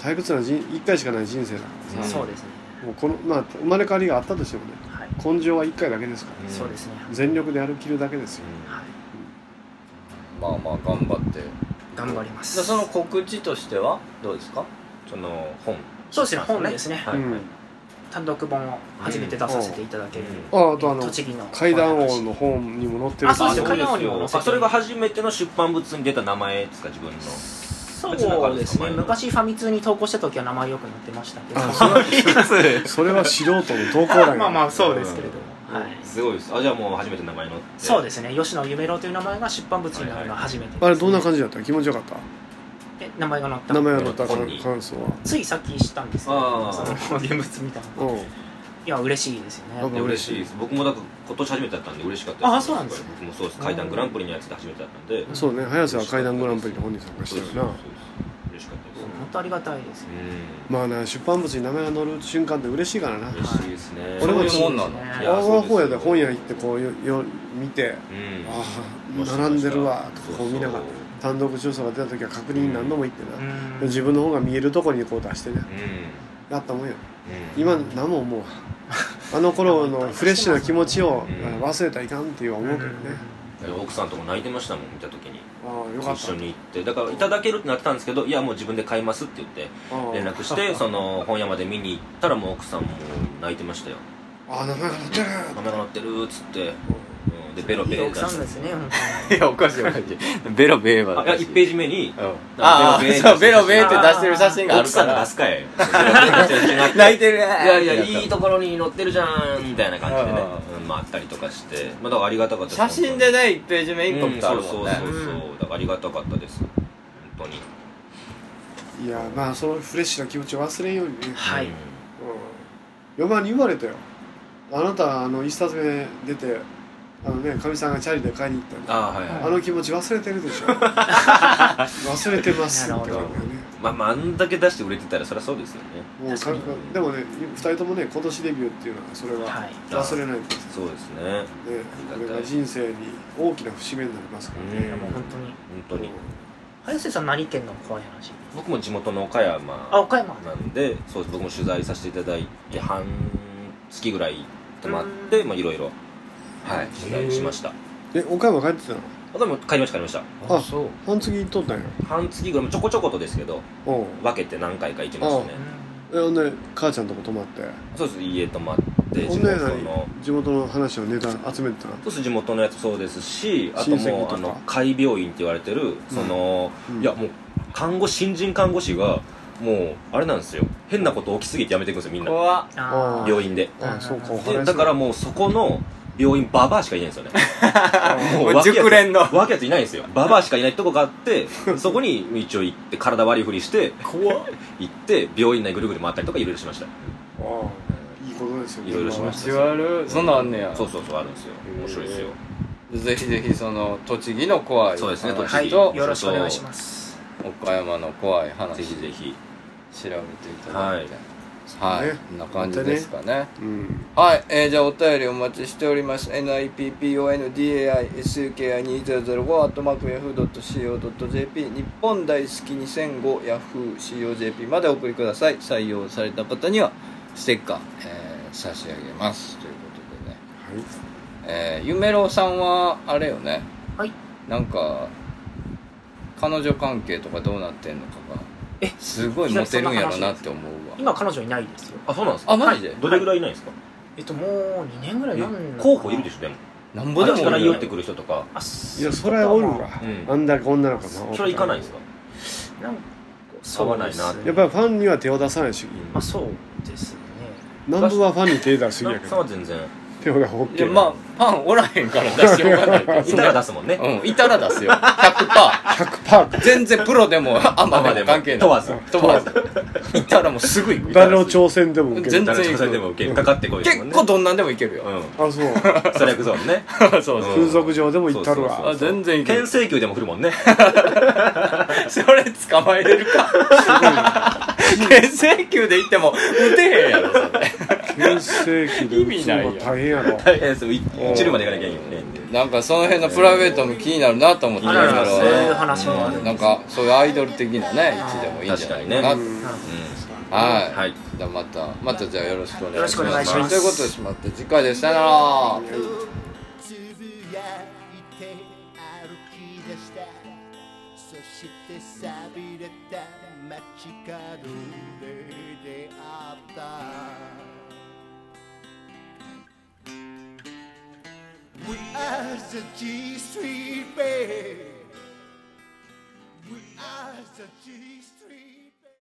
[SPEAKER 2] 退屈な人一回しかない人生だから
[SPEAKER 4] うん
[SPEAKER 5] そうですね
[SPEAKER 2] もうこのまあ生まれ変わりがあったとしてもね
[SPEAKER 5] はい
[SPEAKER 2] 根性は一回だけですから、
[SPEAKER 4] うん
[SPEAKER 5] そうですね
[SPEAKER 2] 全力で歩きるだけですよ
[SPEAKER 4] うん
[SPEAKER 5] はい
[SPEAKER 1] まあまあ頑張って
[SPEAKER 5] 頑張ります
[SPEAKER 1] じゃあその告知としてはどうですか
[SPEAKER 4] その、本。
[SPEAKER 5] そうですね本ですね
[SPEAKER 4] はい
[SPEAKER 2] うん
[SPEAKER 5] 単独本を初めて出させていただける
[SPEAKER 4] うん
[SPEAKER 2] ああとあの
[SPEAKER 5] 栃木の
[SPEAKER 2] 階段王の本にも載ってる
[SPEAKER 5] あそう
[SPEAKER 2] あ
[SPEAKER 5] ですよ
[SPEAKER 2] の
[SPEAKER 5] 階段王にも載せて
[SPEAKER 4] あそれが初めての出版物に出た名前ですか、自分の。
[SPEAKER 5] そうですね昔ファミ通に投稿した時は名前よく載ってましたけど
[SPEAKER 2] あそれはそれは素人の投稿欄
[SPEAKER 5] まあまあそうう
[SPEAKER 4] で
[SPEAKER 5] ですす
[SPEAKER 4] け
[SPEAKER 5] け
[SPEAKER 4] れ
[SPEAKER 5] れ
[SPEAKER 4] ど
[SPEAKER 5] ど
[SPEAKER 4] も
[SPEAKER 5] も、はい、
[SPEAKER 4] すごいです。あ、じゃあもう初めて名前のって。
[SPEAKER 5] そう
[SPEAKER 4] す。
[SPEAKER 5] ですね吉野夢郎という名前が出版物になるのは初めてですね、
[SPEAKER 2] あれどんな感じだった気持ちよかった
[SPEAKER 5] え名前が載った
[SPEAKER 2] 名前が載った
[SPEAKER 4] 本
[SPEAKER 2] 感
[SPEAKER 4] に
[SPEAKER 2] 感想は
[SPEAKER 5] ついさっき知ったんですけ
[SPEAKER 4] あ
[SPEAKER 5] どその
[SPEAKER 4] ー
[SPEAKER 5] 現物見たの
[SPEAKER 2] うん
[SPEAKER 5] いや嬉しいですよ
[SPEAKER 2] なん
[SPEAKER 5] ね
[SPEAKER 2] か
[SPEAKER 4] で嬉しいです僕もだから今年初めてだったんで嬉しかったです
[SPEAKER 5] あそうなんですね
[SPEAKER 4] 僕もそうです階段グランプリのやつで初めてだったんで
[SPEAKER 2] そうね早瀬は階段グランプリの本に参加してる
[SPEAKER 4] そう
[SPEAKER 2] な
[SPEAKER 4] です嬉しかったです
[SPEAKER 5] 本当ありがたいですね
[SPEAKER 4] う
[SPEAKER 2] まあね出版物に名前が載る瞬間って嬉しいからなん
[SPEAKER 4] 嬉しいですね
[SPEAKER 2] 俺も
[SPEAKER 1] そういうもんなの
[SPEAKER 4] い
[SPEAKER 2] あ
[SPEAKER 4] や
[SPEAKER 2] あ
[SPEAKER 4] そうですよ
[SPEAKER 2] 方やで本屋行ってこうよよ見てあ
[SPEAKER 4] うん
[SPEAKER 2] あ並んでるわとかこう見ながら
[SPEAKER 4] そうそう
[SPEAKER 2] 単独調査が出た時は確認何度も行って
[SPEAKER 5] う
[SPEAKER 2] な、
[SPEAKER 5] ん
[SPEAKER 2] 自分の方が見えるとこにこう出してね
[SPEAKER 4] うん
[SPEAKER 2] やったもんよ
[SPEAKER 4] うん
[SPEAKER 2] 今何も思うわあの頃のフレッシュな気持ちを
[SPEAKER 4] うん
[SPEAKER 2] 忘れたらいかんっていうは思うけどね、
[SPEAKER 4] 奥さんとも泣いてましたもん見た時に
[SPEAKER 2] ああよかっ
[SPEAKER 4] 一
[SPEAKER 2] た
[SPEAKER 4] 緒に行ってだからいただけるってなってたんですけどいやもう自分で買いますって言って
[SPEAKER 2] ああ
[SPEAKER 4] 連絡して その本屋まで見に行ったらもう奥さんも泣いてましたよ
[SPEAKER 2] ああ名前が載ってる
[SPEAKER 4] 「名前が載ってる」っつってうんでベロ
[SPEAKER 5] い
[SPEAKER 4] ベ
[SPEAKER 5] い
[SPEAKER 4] ロ
[SPEAKER 5] 奥さんですね本
[SPEAKER 1] いやおかしいおかしいベロベーは
[SPEAKER 4] あいや1ページ目に
[SPEAKER 1] うんああそうベロベーって出してる写真があ
[SPEAKER 4] 奥
[SPEAKER 1] るか
[SPEAKER 4] さんが
[SPEAKER 1] ら
[SPEAKER 4] 出すか いい
[SPEAKER 1] 泣いてるねい
[SPEAKER 4] やいやいいところに乗ってるじゃんみたいな感じでね
[SPEAKER 1] う、
[SPEAKER 4] うんまあ、あったりとかして、まあ、だからありがたかったです
[SPEAKER 1] 写真でね1ページ目インパ
[SPEAKER 4] 本当に
[SPEAKER 1] クトあるもんね
[SPEAKER 4] うんそうそうそうそうだからありがたかったです本当に
[SPEAKER 2] いやまあそのフレッシュな気持ちを忘れんようにね、
[SPEAKER 5] はい
[SPEAKER 4] うん
[SPEAKER 2] うん、嫁に言われたよあなたあの一冊目出てあのねかみさんがチャリで買いに行ったの
[SPEAKER 4] ああはいはい、
[SPEAKER 2] あの気持ち忘れてる でしょ忘れてますって言われたよね
[SPEAKER 4] まあまああんだけ出して売れてたらそりゃそうですよね
[SPEAKER 2] もうか
[SPEAKER 5] 確か
[SPEAKER 2] でもね2人ともね今年デビューっていうのはそれ
[SPEAKER 5] 当には
[SPEAKER 2] はい忘れないんですね
[SPEAKER 4] そうですねありがたい
[SPEAKER 2] これが人生に大きな節目になりますから
[SPEAKER 4] う
[SPEAKER 2] ね
[SPEAKER 4] ん
[SPEAKER 5] もう本当に
[SPEAKER 4] 本当に
[SPEAKER 5] 早瀬さん何県の怖い話
[SPEAKER 4] 僕も地元の岡山
[SPEAKER 5] あ岡山
[SPEAKER 4] なんでそうです僕も取材させていただいて半月ぐらい泊まって、
[SPEAKER 5] う
[SPEAKER 4] まあ、いろいろはい取材しました
[SPEAKER 2] え岡山帰ってたの
[SPEAKER 4] あでも帰りました帰りました
[SPEAKER 2] あ
[SPEAKER 1] そう
[SPEAKER 2] 半月行っとったんや
[SPEAKER 4] 半月ぐらいもちょこちょことですけど
[SPEAKER 2] うん
[SPEAKER 4] 分けて何回か行きましたね
[SPEAKER 2] えほんで母ちゃんとこ泊まって
[SPEAKER 4] そうです家泊まって
[SPEAKER 2] ほ
[SPEAKER 4] 地
[SPEAKER 2] んで
[SPEAKER 4] 元の
[SPEAKER 2] 何地元の話のネタ集めてたの
[SPEAKER 4] そうです地元のやつそうですしあと
[SPEAKER 2] 親戚と
[SPEAKER 4] もう
[SPEAKER 2] か
[SPEAKER 4] あの海病院って言われてるその、
[SPEAKER 2] うん
[SPEAKER 4] いやもう看護新人看護師がもうあれなんですよ変なこと起きすぎてやめていくんですよみんな
[SPEAKER 1] 怖っ
[SPEAKER 5] あ
[SPEAKER 2] あ
[SPEAKER 5] あ
[SPEAKER 4] 病院で
[SPEAKER 2] あそうかお
[SPEAKER 4] で
[SPEAKER 2] 話
[SPEAKER 4] だからもうそこの病院ババアしかいないんですよね
[SPEAKER 1] もう熟練の
[SPEAKER 4] わけやついないんですよババアしかいないとこがあってそこに一応行って体悪いふりして
[SPEAKER 1] 怖
[SPEAKER 4] 行って病院内ぐるぐる回ったりとかいろいろしました
[SPEAKER 2] ああいいことですよね
[SPEAKER 4] いろいろしま
[SPEAKER 1] 気
[SPEAKER 4] し
[SPEAKER 1] 持ち悪いそんなんあんねや
[SPEAKER 4] そうそうそうあるんですよ面白いですよ
[SPEAKER 1] ぜひぜひその栃木の怖い
[SPEAKER 4] そうですね
[SPEAKER 1] 話
[SPEAKER 4] 栃木
[SPEAKER 1] と
[SPEAKER 5] よろしくお願いします
[SPEAKER 1] 岡山の怖い話
[SPEAKER 4] ぜひぜひ
[SPEAKER 1] 調べていただいてはい、
[SPEAKER 2] ね
[SPEAKER 1] こんな感じですかね
[SPEAKER 2] うん
[SPEAKER 1] はい、えーじゃあお便りお待ちしております。nippondai.suki2005.yahoo.co.jp 日本大好き 2005yahoo.co.jp までお送りください。採用された方にはステッカー、えー差し上げます。ということでね。
[SPEAKER 2] はい
[SPEAKER 1] えーゆめろうさんは、あれよね。
[SPEAKER 5] はい
[SPEAKER 1] なんか、彼女関係とかどうなってんのかが、
[SPEAKER 5] え
[SPEAKER 1] すごいモテるんやろなって思うわ。
[SPEAKER 5] 今彼女いないですよ
[SPEAKER 4] あそうなんですか
[SPEAKER 1] あマジで
[SPEAKER 4] どれぐらいいないんですか
[SPEAKER 5] えっともう2年ぐらい4
[SPEAKER 4] 候補いるでしょでも
[SPEAKER 1] なんぼ
[SPEAKER 4] あ
[SPEAKER 1] で
[SPEAKER 4] っ
[SPEAKER 1] も
[SPEAKER 4] ちから言い寄ってくる人とか
[SPEAKER 5] あ
[SPEAKER 2] いやそれはおるわ
[SPEAKER 5] ま
[SPEAKER 4] う、ん
[SPEAKER 2] あんだけ女の子
[SPEAKER 4] それは行かないんですか
[SPEAKER 5] あなんか
[SPEAKER 4] 合
[SPEAKER 5] そ
[SPEAKER 4] わ
[SPEAKER 5] う
[SPEAKER 4] ない
[SPEAKER 5] で
[SPEAKER 4] な
[SPEAKER 5] すね
[SPEAKER 2] やっぱりファンには手を出さない主義
[SPEAKER 5] まあそうですね
[SPEAKER 2] 南部はファンに手出しすぎ
[SPEAKER 4] な
[SPEAKER 2] や
[SPEAKER 4] ん
[SPEAKER 2] け
[SPEAKER 4] さんは
[SPEAKER 2] ど
[SPEAKER 4] 全然
[SPEAKER 2] 手が大
[SPEAKER 1] い
[SPEAKER 2] きい
[SPEAKER 1] やまあファンおらへんから出しようがないけ ど
[SPEAKER 4] いたら出すもんね
[SPEAKER 1] うんいたら出すよ100%
[SPEAKER 2] 100%
[SPEAKER 1] 全然プロで もアマでも関係ない
[SPEAKER 4] 問わず
[SPEAKER 1] 問わずいたらもうすぐ行く
[SPEAKER 2] 誰の挑戦でも受け
[SPEAKER 1] 全
[SPEAKER 2] る
[SPEAKER 1] 然
[SPEAKER 4] 誰の挑戦でも受けかかってこいですもん
[SPEAKER 1] 結
[SPEAKER 4] ね
[SPEAKER 1] 構どんなんでもいけるよ、
[SPEAKER 4] うん
[SPEAKER 2] あそう
[SPEAKER 4] ストライクゾーンね
[SPEAKER 1] そうそう
[SPEAKER 4] うん
[SPEAKER 2] 風俗場でも行ったる
[SPEAKER 4] そう
[SPEAKER 2] わ
[SPEAKER 4] そう
[SPEAKER 1] あ全然いけ
[SPEAKER 4] 転
[SPEAKER 1] る
[SPEAKER 4] 生球でも振るもんね
[SPEAKER 1] それ捕まえれるか牽制球で行っても打てへんやろそれ
[SPEAKER 2] 全盛期で打つのは大変やろ
[SPEAKER 4] 大変 ですよい落ちるまでいかなきゃいけないんで
[SPEAKER 1] なんかその辺のプライベートも気になるなと思って
[SPEAKER 4] 気に
[SPEAKER 5] あ
[SPEAKER 4] なるな
[SPEAKER 5] ららそういう話もあるん
[SPEAKER 1] なん
[SPEAKER 5] です
[SPEAKER 1] かそういうアイドル的なね位置でもいいんじゃないかな
[SPEAKER 4] 確かに
[SPEAKER 2] うん
[SPEAKER 4] う
[SPEAKER 1] はい、
[SPEAKER 4] んはい
[SPEAKER 1] じゃあまたまたじゃあよろしくお
[SPEAKER 5] よ
[SPEAKER 1] 願
[SPEAKER 5] ろ
[SPEAKER 1] い
[SPEAKER 5] し
[SPEAKER 1] し
[SPEAKER 5] くお願
[SPEAKER 1] ま
[SPEAKER 5] い
[SPEAKER 1] す
[SPEAKER 5] します
[SPEAKER 1] ということでしまって次回でさよなら
[SPEAKER 10] つぶやいて歩き出したそして寂れた街角で出会った「We are the G Street Band」「We are the G Street